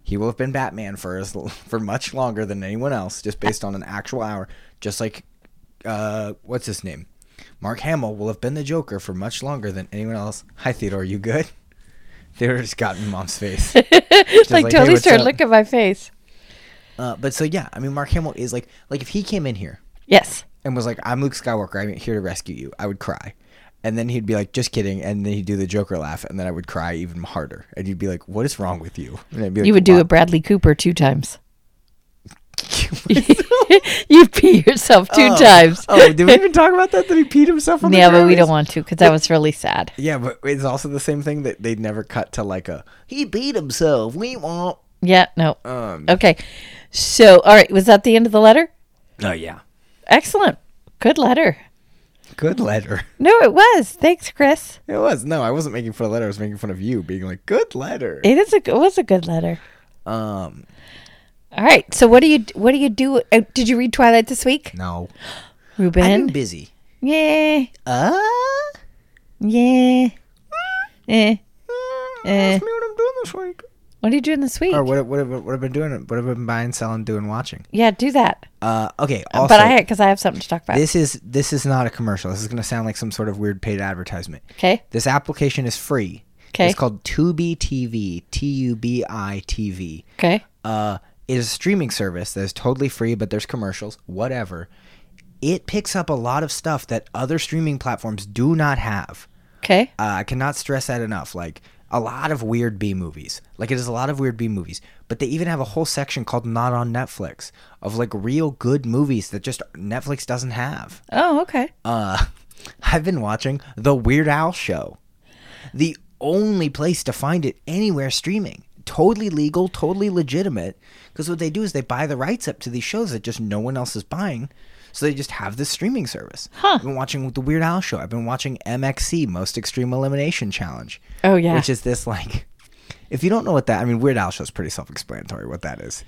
[SPEAKER 1] he will have been Batman for as, [LAUGHS] l- for much longer than anyone else, just based on an actual hour. Just like, uh, what's his name? Mark Hamill will have been the Joker for much longer than anyone else. Hi, Theodore, you good? [LAUGHS] Theodore just got in mom's
[SPEAKER 2] [LAUGHS]
[SPEAKER 1] face. Just
[SPEAKER 2] like,
[SPEAKER 1] "Hey,
[SPEAKER 2] totally
[SPEAKER 1] what's
[SPEAKER 2] started
[SPEAKER 1] up?"
[SPEAKER 2] looking at my face.
[SPEAKER 1] Uh, but so yeah, I mean, Mark Hamill is like, like if he came in here
[SPEAKER 2] Yes.
[SPEAKER 1] and was like, "I'm Luke Skywalker. I'm here to rescue you," I would cry. And then he'd be like, "Just kidding," and then he'd do the Joker laugh, and then I would cry even harder. And you'd be like, "What is wrong with you?" And I'd be like,
[SPEAKER 2] You would do a
[SPEAKER 1] "What?"
[SPEAKER 2] Bradley Cooper two [LAUGHS] times. [LAUGHS] You'd pee yourself two times.
[SPEAKER 1] [LAUGHS] oh, did we even talk about that? That he peed himself on the
[SPEAKER 2] [LAUGHS] yeah, but we
[SPEAKER 1] Grammys?
[SPEAKER 2] don't want to because that was really sad.
[SPEAKER 1] Yeah, but it's also the same thing that they'd never cut to like a he peed himself. We won't.
[SPEAKER 2] Yeah, no.
[SPEAKER 1] Um.
[SPEAKER 2] Okay. So, all right. Was that the end of the letter? Uh,
[SPEAKER 1] Oh yeah.
[SPEAKER 2] Excellent. Good letter.
[SPEAKER 1] Good letter. [LAUGHS]
[SPEAKER 2] No, it was. Thanks, Chris.
[SPEAKER 1] It was no, I wasn't making fun of the letter. I was making fun of you being like, "Good letter."
[SPEAKER 2] It is a it was a good letter.
[SPEAKER 1] Um.
[SPEAKER 2] All right. So what do you what do you do? Uh, did you read Twilight this week,
[SPEAKER 1] No. I've been
[SPEAKER 2] Ruben?
[SPEAKER 1] busy.
[SPEAKER 2] Yeah,
[SPEAKER 1] Uh.
[SPEAKER 2] yeah. Eh. Eh.
[SPEAKER 1] Ask Mm, me what I'm doing this week.
[SPEAKER 2] What are you doing this week?
[SPEAKER 1] Or what, what, what, what I've been doing, what I've been buying, selling, doing, watching.
[SPEAKER 2] yeah, do that.
[SPEAKER 1] Uh, okay. Also,
[SPEAKER 2] but I because I have something to talk about.
[SPEAKER 1] this is this is not a commercial. This is going to sound like some sort of weird paid advertisement.
[SPEAKER 2] okay.
[SPEAKER 1] This application is free.
[SPEAKER 2] Okay.
[SPEAKER 1] It's called Tubi TV. T U B I T V.
[SPEAKER 2] Okay.
[SPEAKER 1] Uh, it is a streaming service that is totally free, but there's commercials, whatever. It picks up a lot of stuff that other streaming platforms do not have.
[SPEAKER 2] Okay.
[SPEAKER 1] Uh, I cannot stress that enough. Like a lot of weird B movies. Like it is a lot of weird B movies. But they even have a whole section called Not on Netflix of like real good movies that just Netflix doesn't have.
[SPEAKER 2] Oh, okay.
[SPEAKER 1] Uh, [LAUGHS] I've been watching The Weird Al Show, the only place to find it anywhere streaming. Totally legal, totally legitimate. Because what they do is they buy the rights up to these shows that just no one else is buying. So they just have this streaming service.
[SPEAKER 2] Huh.
[SPEAKER 1] I've been watching The Weird Al Show. I've been watching MXC, Most Extreme Elimination Challenge.
[SPEAKER 2] Oh, yeah.
[SPEAKER 1] Which is this like, if you don't know what that, I mean, Weird Al Show is pretty self-explanatory what that is.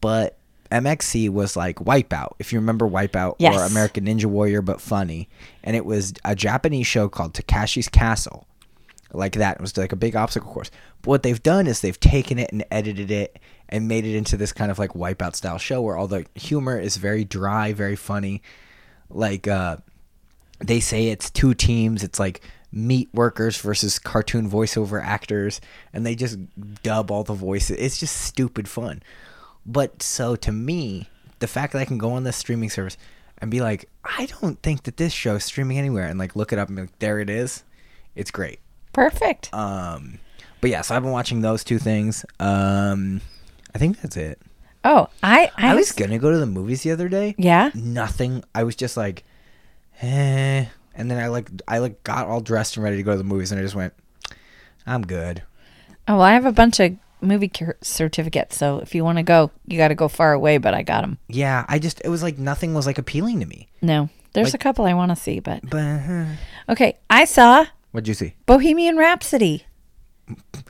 [SPEAKER 1] But MXC was like Wipeout, if you remember Wipeout or
[SPEAKER 2] Yes.
[SPEAKER 1] American. American Ninja Warrior, but funny. And it was a Japanese show called Takashi's Castle, like that. It was like a big obstacle course. But what they've done is they've taken it and edited it and made it into this kind of like wipeout style show where all the humor is very dry, very funny. Like, uh, they say it's two teams. It's like meat workers versus cartoon voiceover actors, and they just dub all the voices. It's just stupid fun. But so to me, the fact that I can go on this streaming service and be like, I don't think that this show is streaming anywhere, and like look it up and be like, there it is. It's great.
[SPEAKER 2] Perfect.
[SPEAKER 1] Um, but yeah, so I've been watching those two things. Um, I think that's it.
[SPEAKER 2] oh, I I,
[SPEAKER 1] I was gonna go to the movies the other day.
[SPEAKER 2] Yeah.
[SPEAKER 1] Nothing. I was just like, eh. And then I like I like got all dressed and ready to go to the movies, and I just went, I'm good.
[SPEAKER 2] Oh, well, I have a bunch of movie cur- certificates, so if you want to go, you got to go far away. But I got them.
[SPEAKER 1] Yeah, I just it was like nothing was like appealing to me.
[SPEAKER 2] No, there's
[SPEAKER 1] Like-
[SPEAKER 2] a couple I want to see, but
[SPEAKER 1] But uh,
[SPEAKER 2] okay. I saw
[SPEAKER 1] what'd you see?
[SPEAKER 2] Bohemian Rhapsody.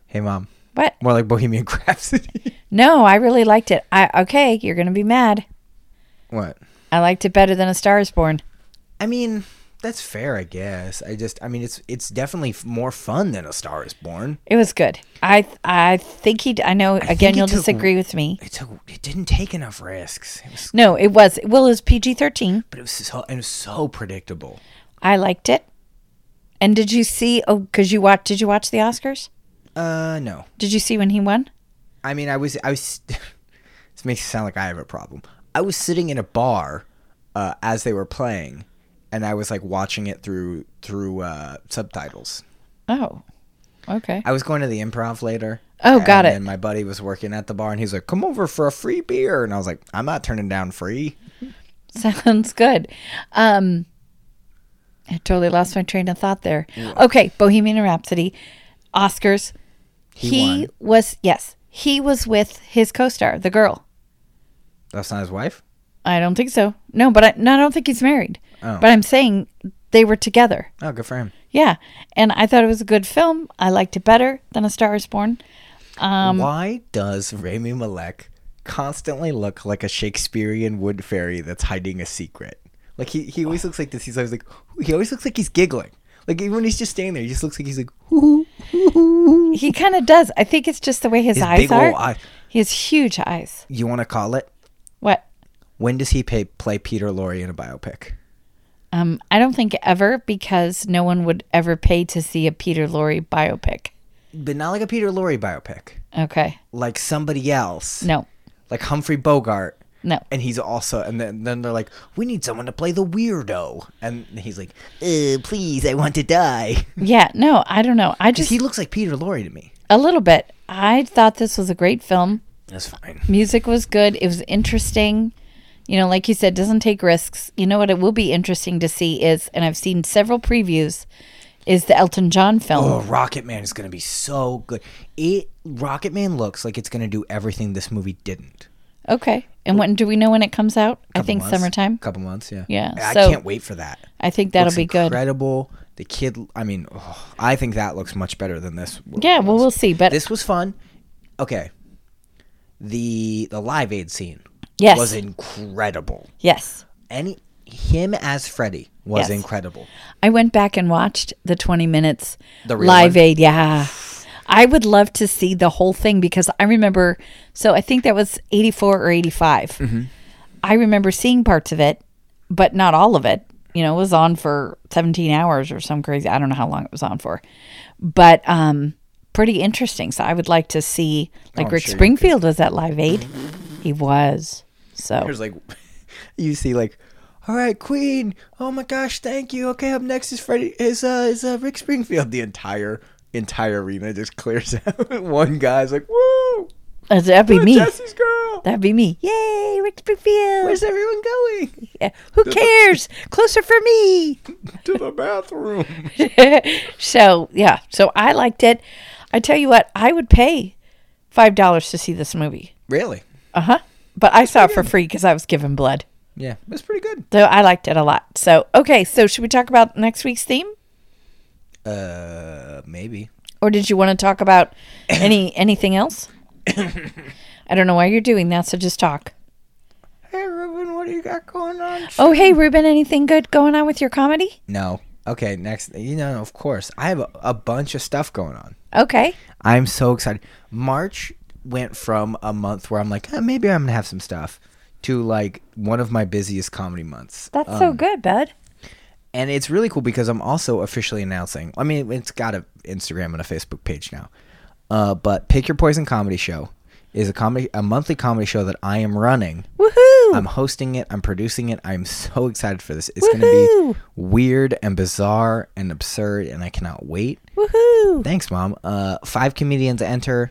[SPEAKER 1] Hey, mom.
[SPEAKER 2] What?
[SPEAKER 1] More like Bohemian [LAUGHS] Rhapsody.
[SPEAKER 2] No, I really liked it. I okay, you're gonna be mad.
[SPEAKER 1] what?
[SPEAKER 2] I liked it better than A Star Is Born.
[SPEAKER 1] I mean, that's fair, I guess. I just I mean, it's it's definitely f- more fun than A Star Is Born.
[SPEAKER 2] It was good. I I think he. I know again.
[SPEAKER 1] it
[SPEAKER 2] You'll
[SPEAKER 1] took-
[SPEAKER 2] disagree with me.
[SPEAKER 1] It took it didn't take enough risks. It was,
[SPEAKER 2] No, it was. Well, it was PG thirteen.
[SPEAKER 1] but it was so it was so predictable.
[SPEAKER 2] I liked it. And did you see? Oh, because you watched. Did you watch the Oscars?
[SPEAKER 1] Uh, no.
[SPEAKER 2] Did you see when he won?
[SPEAKER 1] I mean, I was, I was. [LAUGHS] this makes it sound like I have a problem. I was sitting in a bar uh, as they were playing, and I was like watching it through through uh, subtitles.
[SPEAKER 2] Oh, okay.
[SPEAKER 1] I was going to the improv later.
[SPEAKER 2] Oh, got it.
[SPEAKER 1] And my buddy was working at the bar, and he's like, "Come over for a free beer," and I was like, "I'm not turning down free."
[SPEAKER 2] [LAUGHS] Sounds good. Um, I totally lost my train of thought there. Okay, Bohemian Rhapsody, Oscars. He,
[SPEAKER 1] won.
[SPEAKER 2] was yes, he was with his co-star, the girl.
[SPEAKER 1] That's not his wife.
[SPEAKER 2] I don't think so. No, but I, no, I don't think he's married.
[SPEAKER 1] Oh.
[SPEAKER 2] But I'm saying they were together.
[SPEAKER 1] Oh, good for him.
[SPEAKER 2] Yeah, and I thought it was a good film. I liked it better than A Star Is Born. Um,
[SPEAKER 1] Why does Rami Malek constantly look like a Shakespearean wood fairy that's hiding a secret? Like he, he always looks like this. He's always like he always looks like he's giggling. Like even when he's just standing there, he just looks like he's like
[SPEAKER 2] He kind of does. I think it's just the way his,
[SPEAKER 1] His
[SPEAKER 2] eyes
[SPEAKER 1] big
[SPEAKER 2] are.
[SPEAKER 1] ol' eye-
[SPEAKER 2] He has huge eyes.
[SPEAKER 1] you want to call it.
[SPEAKER 2] What?
[SPEAKER 1] When does he pay, play Peter Lorre in a biopic?
[SPEAKER 2] Um, I don't think ever because no one would ever pay to see a Peter Lorre biopic.
[SPEAKER 1] But not like a Peter Lorre biopic.
[SPEAKER 2] Okay.
[SPEAKER 1] Like somebody else.
[SPEAKER 2] No.
[SPEAKER 1] Like Humphrey Bogart.
[SPEAKER 2] No.
[SPEAKER 1] And he's also, and then, then they're like, we need someone to play the weirdo. And he's like, uh, please, I want to die.
[SPEAKER 2] Yeah. No. I don't know. I just
[SPEAKER 1] he looks like Peter Lorre to me.
[SPEAKER 2] a little bit. I thought this was a great film.
[SPEAKER 1] That's fine.
[SPEAKER 2] Music was good. It was interesting. You know, like you said, doesn't take risks. You know what? It will be interesting to see is, and I've seen several previews, is the Elton John film.
[SPEAKER 1] Oh, Rocket Man is going to be so good. It Rocket Man looks like it's going to do everything this movie didn't.
[SPEAKER 2] Okay. And when do we know when it comes out? I think
[SPEAKER 1] Months?
[SPEAKER 2] summertime.
[SPEAKER 1] Couple months, yeah.
[SPEAKER 2] Yeah,
[SPEAKER 1] I
[SPEAKER 2] so-
[SPEAKER 1] can't wait for that.
[SPEAKER 2] I think that'll
[SPEAKER 1] Looks
[SPEAKER 2] be good.
[SPEAKER 1] Incredible. The kid. I mean, oh, I think that looks much better than this.
[SPEAKER 2] Yeah. Well, we'll see. But
[SPEAKER 1] This was fun. Okay. The the Live Aid scene
[SPEAKER 2] Yes.
[SPEAKER 1] was incredible.
[SPEAKER 2] yes.
[SPEAKER 1] Any him as Freddy was
[SPEAKER 2] Yes.
[SPEAKER 1] incredible.
[SPEAKER 2] I went back and watched the 20 minutes
[SPEAKER 1] The real
[SPEAKER 2] Live
[SPEAKER 1] one?
[SPEAKER 2] Aid. Yeah. I would love to see the whole thing because I remember, so I think that was 84 or 85.
[SPEAKER 1] Mm-hmm.
[SPEAKER 2] I remember seeing parts of it, but not all of it. You know, it was on for 17 hours or some crazy, I don't know how long it was on for, but um, pretty interesting. So I would like to see, like
[SPEAKER 1] I'm
[SPEAKER 2] Rick
[SPEAKER 1] Oh, sure you could.
[SPEAKER 2] Springfield was at Live Aid. he was. So,
[SPEAKER 1] There's like, [LAUGHS] you see like, all right, Queen. Oh my gosh, thank you. Okay, up next is Freddie. Is uh is uh, Rick Springfield. The entire entire arena just clears [LAUGHS] out. One guy's like, woo,
[SPEAKER 2] that'd be me.
[SPEAKER 1] Jesse's girl.
[SPEAKER 2] That'd be me. Yay, Rick Springfield.
[SPEAKER 1] Where's everyone [LAUGHS] going?
[SPEAKER 2] Yeah. Who cares? Closer for me. [LAUGHS]
[SPEAKER 1] to the bathroom.
[SPEAKER 2] So, yeah. So I liked it. I tell you what, I would pay $5 to see this movie.
[SPEAKER 1] Really?
[SPEAKER 2] Uh huh. But I saw it for free because I was given blood.
[SPEAKER 1] Yeah, that's pretty good.
[SPEAKER 2] So I liked it a lot. So, okay. So, should we talk about next week's theme?
[SPEAKER 1] Uh, maybe.
[SPEAKER 2] Or did you want to
[SPEAKER 1] [COUGHS]
[SPEAKER 2] talk about any anything else? I don't know why you're doing that. So just talk.
[SPEAKER 1] Hey, Ruben, what do you got going on?
[SPEAKER 2] Oh, hey, Ruben, anything good going on with your comedy?
[SPEAKER 1] No. Okay, next. You know, of course, I have a, a bunch of stuff going on.
[SPEAKER 2] Okay.
[SPEAKER 1] I'm so excited. March went from a month where I'm like, "Eh, maybe I'm gonna have some stuff, to like one of my busiest comedy months.
[SPEAKER 2] That's so good, bud.
[SPEAKER 1] And it's really cool because I'm also officially announcing. I mean, it's got an Instagram and a Facebook page now. Uh, but Pick Your Poison Comedy Show is a comedy, a monthly comedy show that I am running.
[SPEAKER 2] Woohoo!
[SPEAKER 1] I'm hosting it. I'm producing it. I'm so excited for this. It's going to
[SPEAKER 2] Woohoo!
[SPEAKER 1] be weird and bizarre and absurd, and I cannot wait.
[SPEAKER 2] Woohoo!
[SPEAKER 1] Thanks, mom. Uh, five comedians enter.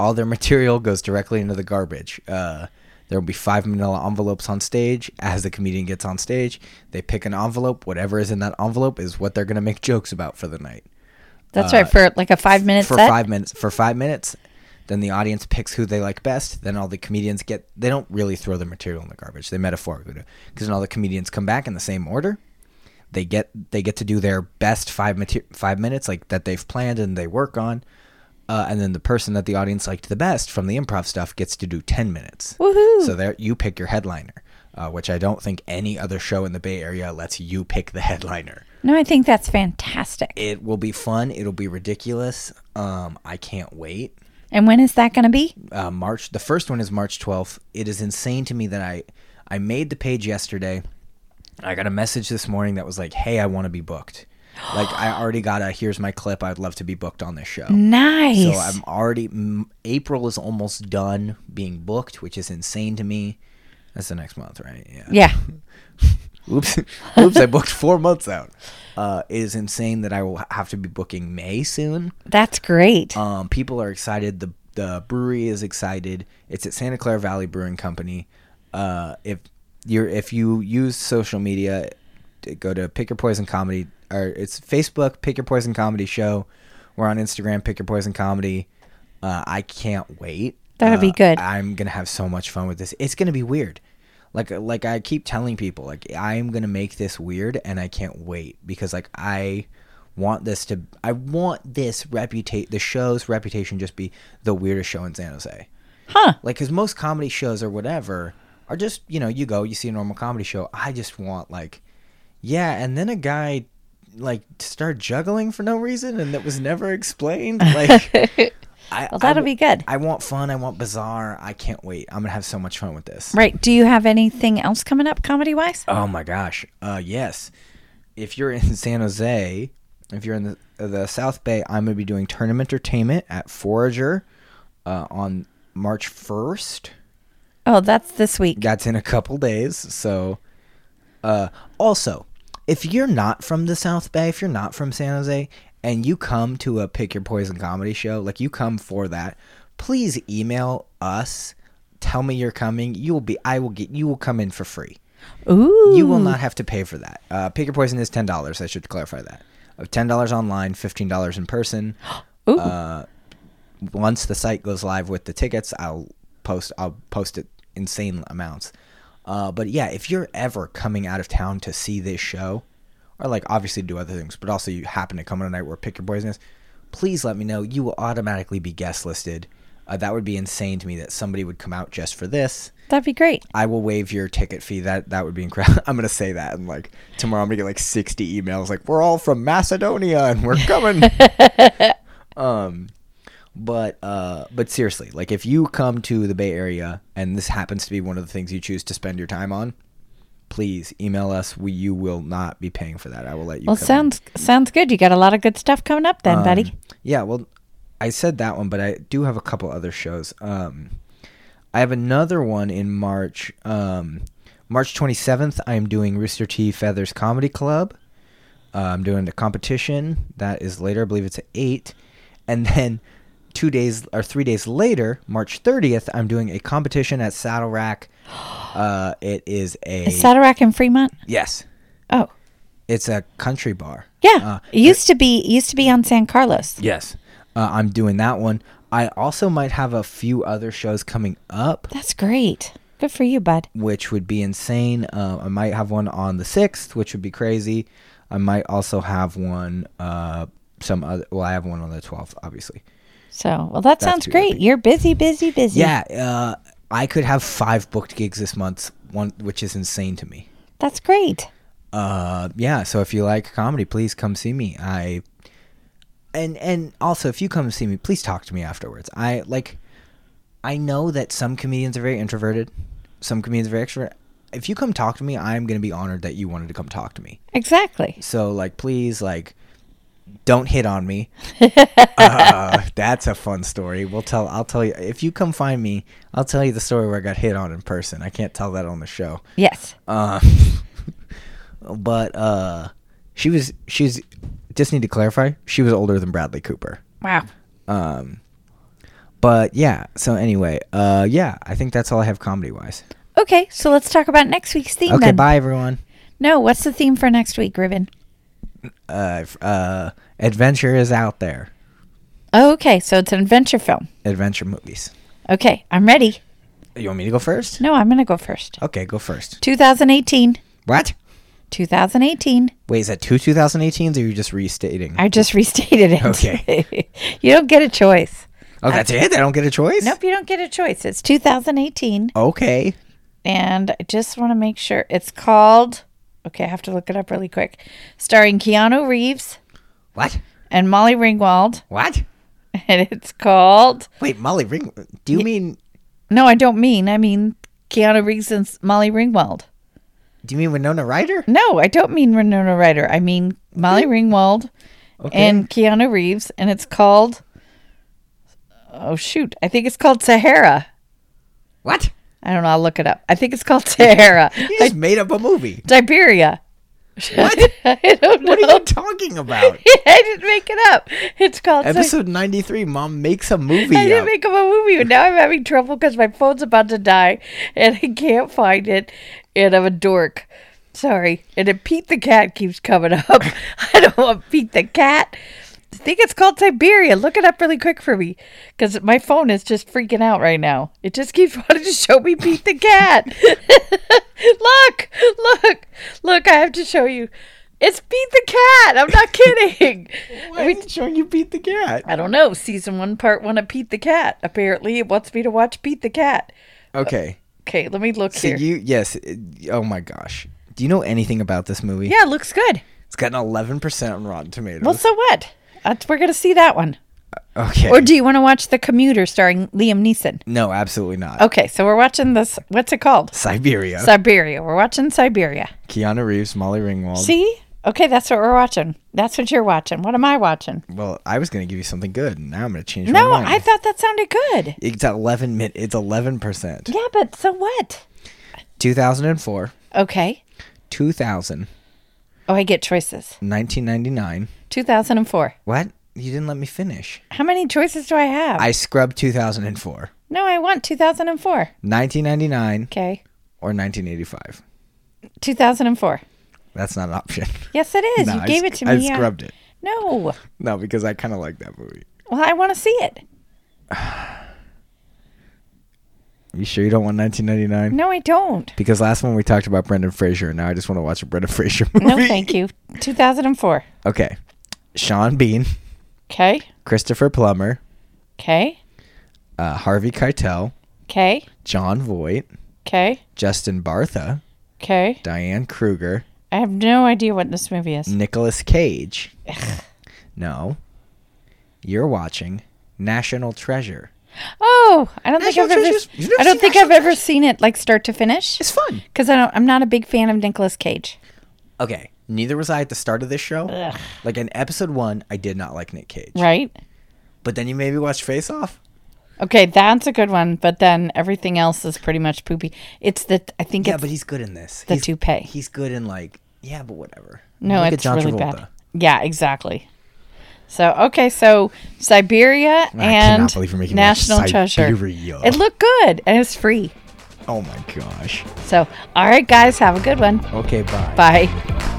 [SPEAKER 1] All their material goes directly into the garbage. Uh, there will be five manila envelopes on stage. As the comedian gets on stage, they pick an envelope. Whatever is in that envelope is what they're going to make jokes about for the night.
[SPEAKER 2] That's right for like a five minute
[SPEAKER 1] uh, for
[SPEAKER 2] set.
[SPEAKER 1] five minutes. For five minutes, then the audience picks who they like best. Then all the comedians get. They don't really throw their material in the garbage. They metaphorically do, because then all the comedians come back in the same order. They get they get to do their best five mater- five minutes like that they've planned and they work on, uh, and then the person that the audience liked the best from the improv stuff gets to do ten minutes.
[SPEAKER 2] Woohoo!
[SPEAKER 1] So there you pick your headliner, uh, which I don't think any other show in the Bay Area lets you pick the [LAUGHS] headliner
[SPEAKER 2] no, I think that's fantastic.
[SPEAKER 1] it will be fun. It'll be ridiculous. Um, I can't wait.
[SPEAKER 2] and when is that going to be?
[SPEAKER 1] Uh, March. The first one is March twelfth. It is insane to me that I I made the page yesterday. I got a message this morning that was like, "Hey, I want to be booked." Like I already got a here's my clip. I'd love to be booked on this show. So
[SPEAKER 2] Nice.
[SPEAKER 1] I'm already m- April is almost done being booked, which is insane to me. That's the next month, right? Yeah.
[SPEAKER 2] yeah.
[SPEAKER 1] [LAUGHS] Oops, oops! I booked four months out. Uh, it is insane that I will have to be booking May soon.
[SPEAKER 2] That's great.
[SPEAKER 1] Um, people are excited. The the brewery is excited. It's at Santa Clara Valley Brewing Company. Uh, if you're if you use social media, t- go to Pick Your Poison Comedy or it's Facebook Pick Your Poison Comedy Show. We're on Instagram Pick Your Poison Comedy. Uh, I can't wait.
[SPEAKER 2] That'll be
[SPEAKER 1] Uh,
[SPEAKER 2] good.
[SPEAKER 1] I'm gonna have so much fun with this. It's gonna be weird. Like uh, like I keep telling people, like I am gonna make this weird, and I can't wait because like I want this to I want this reputate the show's reputation just be the weirdest show in San Jose.
[SPEAKER 2] huh.
[SPEAKER 1] Like because most comedy shows or whatever are just you know you go you see a normal comedy show. I just want like yeah, and then a guy like started juggling for no reason and that was never explained.
[SPEAKER 2] [LAUGHS]
[SPEAKER 1] Like I,
[SPEAKER 2] Well, that'll
[SPEAKER 1] I-
[SPEAKER 2] be good.
[SPEAKER 1] I want fun. I want bizarre. I can't wait. I'm gonna have so much fun with this.
[SPEAKER 2] Right. Do you have anything else coming up comedy wise?
[SPEAKER 1] Oh my gosh. Uh, yes. If you're in [LAUGHS] San Jose, if you're in the, the South Bay, I'm gonna be doing tournament entertainment at Forager uh, on March 1st.
[SPEAKER 2] Oh, that's this week.
[SPEAKER 1] That's in a couple days. So, uh, also, if you're not from the South Bay, if you're not from San Jose, and you come to a Pick Your Poison comedy show, like you come for that, please email us. Tell me you're coming. You will be. I will get. You will come in for free.
[SPEAKER 2] Ooh.
[SPEAKER 1] You will not have to pay for that. Uh, Pick Your Poison is ten dollars. I should clarify that. Of ten dollars online, fifteen dollars in person.
[SPEAKER 2] Ooh.
[SPEAKER 1] Once the site goes live with the tickets, I'll post. I'll post it insane amounts. Uh, but yeah, if you're ever coming out of town to see this show, or like obviously do other things, but also you happen to come on a night where Pick Your Poison is, please let me know. You will automatically be guest listed. Uh, that would be insane to me that somebody would come out just for this.
[SPEAKER 2] That'd be great.
[SPEAKER 1] I will waive your ticket fee. That that would be incredible. [LAUGHS] I'm gonna say that, and like tomorrow, I'm gonna get like 60 emails. Like we're all from Macedonia and we're coming.
[SPEAKER 2] [LAUGHS]
[SPEAKER 1] um, but uh, but seriously, like if you come to the Bay Area and this happens to be one of the things you choose to spend your time on, please email us. We you will not be paying for that. I will let you.
[SPEAKER 2] Well,
[SPEAKER 1] come in.
[SPEAKER 2] sounds sounds good. You got a lot of good stuff coming up then,
[SPEAKER 1] Um,
[SPEAKER 2] buddy.
[SPEAKER 1] Yeah, well, I said that one, but I do have a couple other shows. Um, I have another one in March. Um, March 27th, I am doing Rooster T Feathers Comedy Club. Uh, I'm doing the competition. That is later. I believe it's at 8. And then two days or three days later, March 30th, I'm doing a competition at Saddle Rack. Uh, it is a.
[SPEAKER 2] Is Satarak in Fremont?
[SPEAKER 1] yes.
[SPEAKER 2] Oh,
[SPEAKER 1] It's a country bar.
[SPEAKER 2] yeah. it used to be it used to be on San Carlos.
[SPEAKER 1] Yes. Uh, I'm doing that one. I also might have a few other shows coming up,
[SPEAKER 2] That's great. Good for you, bud.
[SPEAKER 1] which would be insane. Uh, I might have one on the 6th, which would be crazy. I might also have one, uh, some other, well, I have one on the 12th, obviously.
[SPEAKER 2] So, well, that sounds
[SPEAKER 1] too
[SPEAKER 2] great.
[SPEAKER 1] epic.
[SPEAKER 2] You're busy, busy, busy.
[SPEAKER 1] Yeah. Uh, I could have five booked gigs this month, one, which is insane to me.
[SPEAKER 2] That's great.
[SPEAKER 1] uh yeah so if you like comedy please come see me i and and also if you come see me please talk to me afterwards i like i know that some comedians are very introverted some comedians are very extroverted if you come talk to me, I'm gonna be honored that you wanted to come talk to me.
[SPEAKER 2] Exactly. [LAUGHS]
[SPEAKER 1] So like, please, like, don't hit on me. uh, that's a fun story. We'll tell. I'll tell you if you come find me. I'll tell you the story where I got hit on in person. I can't tell that on the show.
[SPEAKER 2] Yes.
[SPEAKER 1] Uh, [LAUGHS] but uh, she was she's just need to clarify. She was older than Bradley Cooper.
[SPEAKER 2] Wow.
[SPEAKER 1] Um, but yeah. So anyway, uh, yeah. I think that's all I have comedy wise.
[SPEAKER 2] Okay, so let's talk about next week's theme
[SPEAKER 1] Okay.
[SPEAKER 2] then.
[SPEAKER 1] Bye everyone.
[SPEAKER 2] No, what's the theme for next week, Ruben?
[SPEAKER 1] Uh, f- uh, adventure is out there.
[SPEAKER 2] Oh, okay, so it's an adventure film.
[SPEAKER 1] Adventure movies.
[SPEAKER 2] Okay, I'm ready.
[SPEAKER 1] You want me to go first?
[SPEAKER 2] No, I'm going to go first.
[SPEAKER 1] Okay, go first.
[SPEAKER 2] 2018.
[SPEAKER 1] What?
[SPEAKER 2] 2018.
[SPEAKER 1] Wait, is that two 2018s or are you just restating?
[SPEAKER 2] I just [LAUGHS] restated it.
[SPEAKER 1] Okay.
[SPEAKER 2] [LAUGHS] you don't get a choice.
[SPEAKER 1] oh, that's it? I don't get a choice?
[SPEAKER 2] Nope, you don't get a choice. It's 2018.
[SPEAKER 1] Okay.
[SPEAKER 2] And I just want to make sure it's called. Okay, I have to look it up really quick. Starring Keanu Reeves
[SPEAKER 1] What?
[SPEAKER 2] and Molly Ringwald. [LAUGHS]
[SPEAKER 1] What?
[SPEAKER 2] And it's called.
[SPEAKER 1] Wait, Molly Ring. Do you mean.
[SPEAKER 2] No, I don't mean. I mean Keanu Reeves and S- Molly Ringwald.
[SPEAKER 1] Do you mean Winona Ryder?
[SPEAKER 2] No, I don't mean Renona Ryder. I mean Molly Ringwald and Keanu Reeves, and it's called. Oh shoot! I think it's called Sahara.
[SPEAKER 1] What?
[SPEAKER 2] I don't know. I'll look it up. I think it's
[SPEAKER 1] [LAUGHS]
[SPEAKER 2] called Sahara,
[SPEAKER 1] You [LAUGHS] just made up a
[SPEAKER 2] [LAUGHS]
[SPEAKER 1] movie.
[SPEAKER 2] Diberia.
[SPEAKER 1] What?
[SPEAKER 2] I don't know.
[SPEAKER 1] What are you
[SPEAKER 2] [LAUGHS]
[SPEAKER 1] talking about?
[SPEAKER 2] I didn't make it up. It's called. Sa-
[SPEAKER 1] Episode 93, Mom makes a movie.
[SPEAKER 2] I didn't
[SPEAKER 1] Up.
[SPEAKER 2] make up a movie, and now I'm having trouble because my phone's about to die, and I can't find it, and I'm a dork. Sorry. And then Pete the Cat keeps coming up. [LAUGHS] I don't want Pete the Cat. I think it's called Siberia. Look it up really quick for me because my phone is just freaking out right now. It just keeps [LAUGHS] wanting to show me Pete the Cat. [LAUGHS] look, look, look, I have to show you. It's Pete the Cat. I'm not kidding.
[SPEAKER 1] Why is it showing you beat the cat?
[SPEAKER 2] I don't know. Season one, part one of Pete the Cat. Apparently, it wants me to watch Pete the Cat.
[SPEAKER 1] Okay.
[SPEAKER 2] Okay, let me look
[SPEAKER 1] So
[SPEAKER 2] uh, here.
[SPEAKER 1] you. Yes. it- Oh my gosh. Do you know anything about this movie?
[SPEAKER 2] yeah, it looks good.
[SPEAKER 1] It's got an 11% on Rotten Tomatoes.
[SPEAKER 2] Well, so what? That's, we're gonna see that one.
[SPEAKER 1] okay.
[SPEAKER 2] Or do you want to watch The Commuter starring Liam Neeson?
[SPEAKER 1] no, absolutely not.
[SPEAKER 2] Okay, so we're watching this. What's it called?
[SPEAKER 1] Siberia.
[SPEAKER 2] Siberia. We're watching Siberia.
[SPEAKER 1] Keanu Reeves, Molly Ringwald.
[SPEAKER 2] See? Okay, that's what we're watching. That's what you're watching. What am I watching?
[SPEAKER 1] Well, I was going to give you something good, and now I'm going to change
[SPEAKER 2] No,
[SPEAKER 1] my mind.
[SPEAKER 2] I thought that sounded good.
[SPEAKER 1] it's at 11 min. It's 11 percent.
[SPEAKER 2] Yeah, but so what?
[SPEAKER 1] 2004,
[SPEAKER 2] Okay.
[SPEAKER 1] 2000,
[SPEAKER 2] Oh, I get choices.
[SPEAKER 1] 1999.
[SPEAKER 2] 2004.
[SPEAKER 1] What? You didn't let me finish.
[SPEAKER 2] How many choices do I have?
[SPEAKER 1] I scrubbed 2004,
[SPEAKER 2] no, I want 2004.
[SPEAKER 1] 1999,
[SPEAKER 2] Okay.
[SPEAKER 1] or 1985.
[SPEAKER 2] 2004.
[SPEAKER 1] That's not an option.
[SPEAKER 2] [LAUGHS] Yes, it is.
[SPEAKER 1] No,
[SPEAKER 2] you
[SPEAKER 1] I
[SPEAKER 2] gave
[SPEAKER 1] sc-
[SPEAKER 2] it to me.
[SPEAKER 1] I
[SPEAKER 2] yeah.
[SPEAKER 1] scrubbed it.
[SPEAKER 2] No.
[SPEAKER 1] No, because I kind of like that movie.
[SPEAKER 2] Well, I want to see it.
[SPEAKER 1] You sure you don't want 1999?
[SPEAKER 2] No, I don't.
[SPEAKER 1] Because last one we talked about Brendan Fraser, and now I just want to watch a Brendan Fraser [LAUGHS] movie.
[SPEAKER 2] No, thank you. 2004.
[SPEAKER 1] Okay. Sean Bean,
[SPEAKER 2] Okay.
[SPEAKER 1] Christopher Plummer,
[SPEAKER 2] Okay.
[SPEAKER 1] uh, Harvey Keitel,
[SPEAKER 2] Okay.
[SPEAKER 1] John Voight,
[SPEAKER 2] Okay.
[SPEAKER 1] Justin Bartha,
[SPEAKER 2] Okay.
[SPEAKER 1] Diane Kruger,
[SPEAKER 2] I have no idea what this movie is.
[SPEAKER 1] Nicolas Cage. no. You're watching National Treasure.
[SPEAKER 2] Oh, I don't think
[SPEAKER 1] National
[SPEAKER 2] I've ever.
[SPEAKER 1] Treasures- you've never
[SPEAKER 2] I don't
[SPEAKER 1] seen
[SPEAKER 2] think I've
[SPEAKER 1] National
[SPEAKER 2] ever seen it like start to finish.
[SPEAKER 1] It's fun.
[SPEAKER 2] Because I don't. I'm not a big fan of Nicolas Cage.
[SPEAKER 1] Okay. Neither was I at the start of this show. Like in episode one, I did not like Nick Cage.
[SPEAKER 2] Right.
[SPEAKER 1] But then you maybe watched Face Off.
[SPEAKER 2] Okay, that's a good one. But then everything else is pretty much poopy. It's the. I think
[SPEAKER 1] Yeah,
[SPEAKER 2] it's
[SPEAKER 1] but he's good in this.
[SPEAKER 2] the
[SPEAKER 1] he's,
[SPEAKER 2] toupee.
[SPEAKER 1] He's good in like yeah, but whatever.
[SPEAKER 2] No,
[SPEAKER 1] Look at
[SPEAKER 2] it's
[SPEAKER 1] John
[SPEAKER 2] really
[SPEAKER 1] Travolta.
[SPEAKER 2] bad. Yeah, exactly. So okay, so Siberia and
[SPEAKER 1] cannot believe we're making you watch
[SPEAKER 2] National Treasure.
[SPEAKER 1] Siberia.
[SPEAKER 2] It looked good and it's free.
[SPEAKER 1] Oh my gosh.
[SPEAKER 2] So all right, guys, have a good one.
[SPEAKER 1] Okay, bye.
[SPEAKER 2] Bye.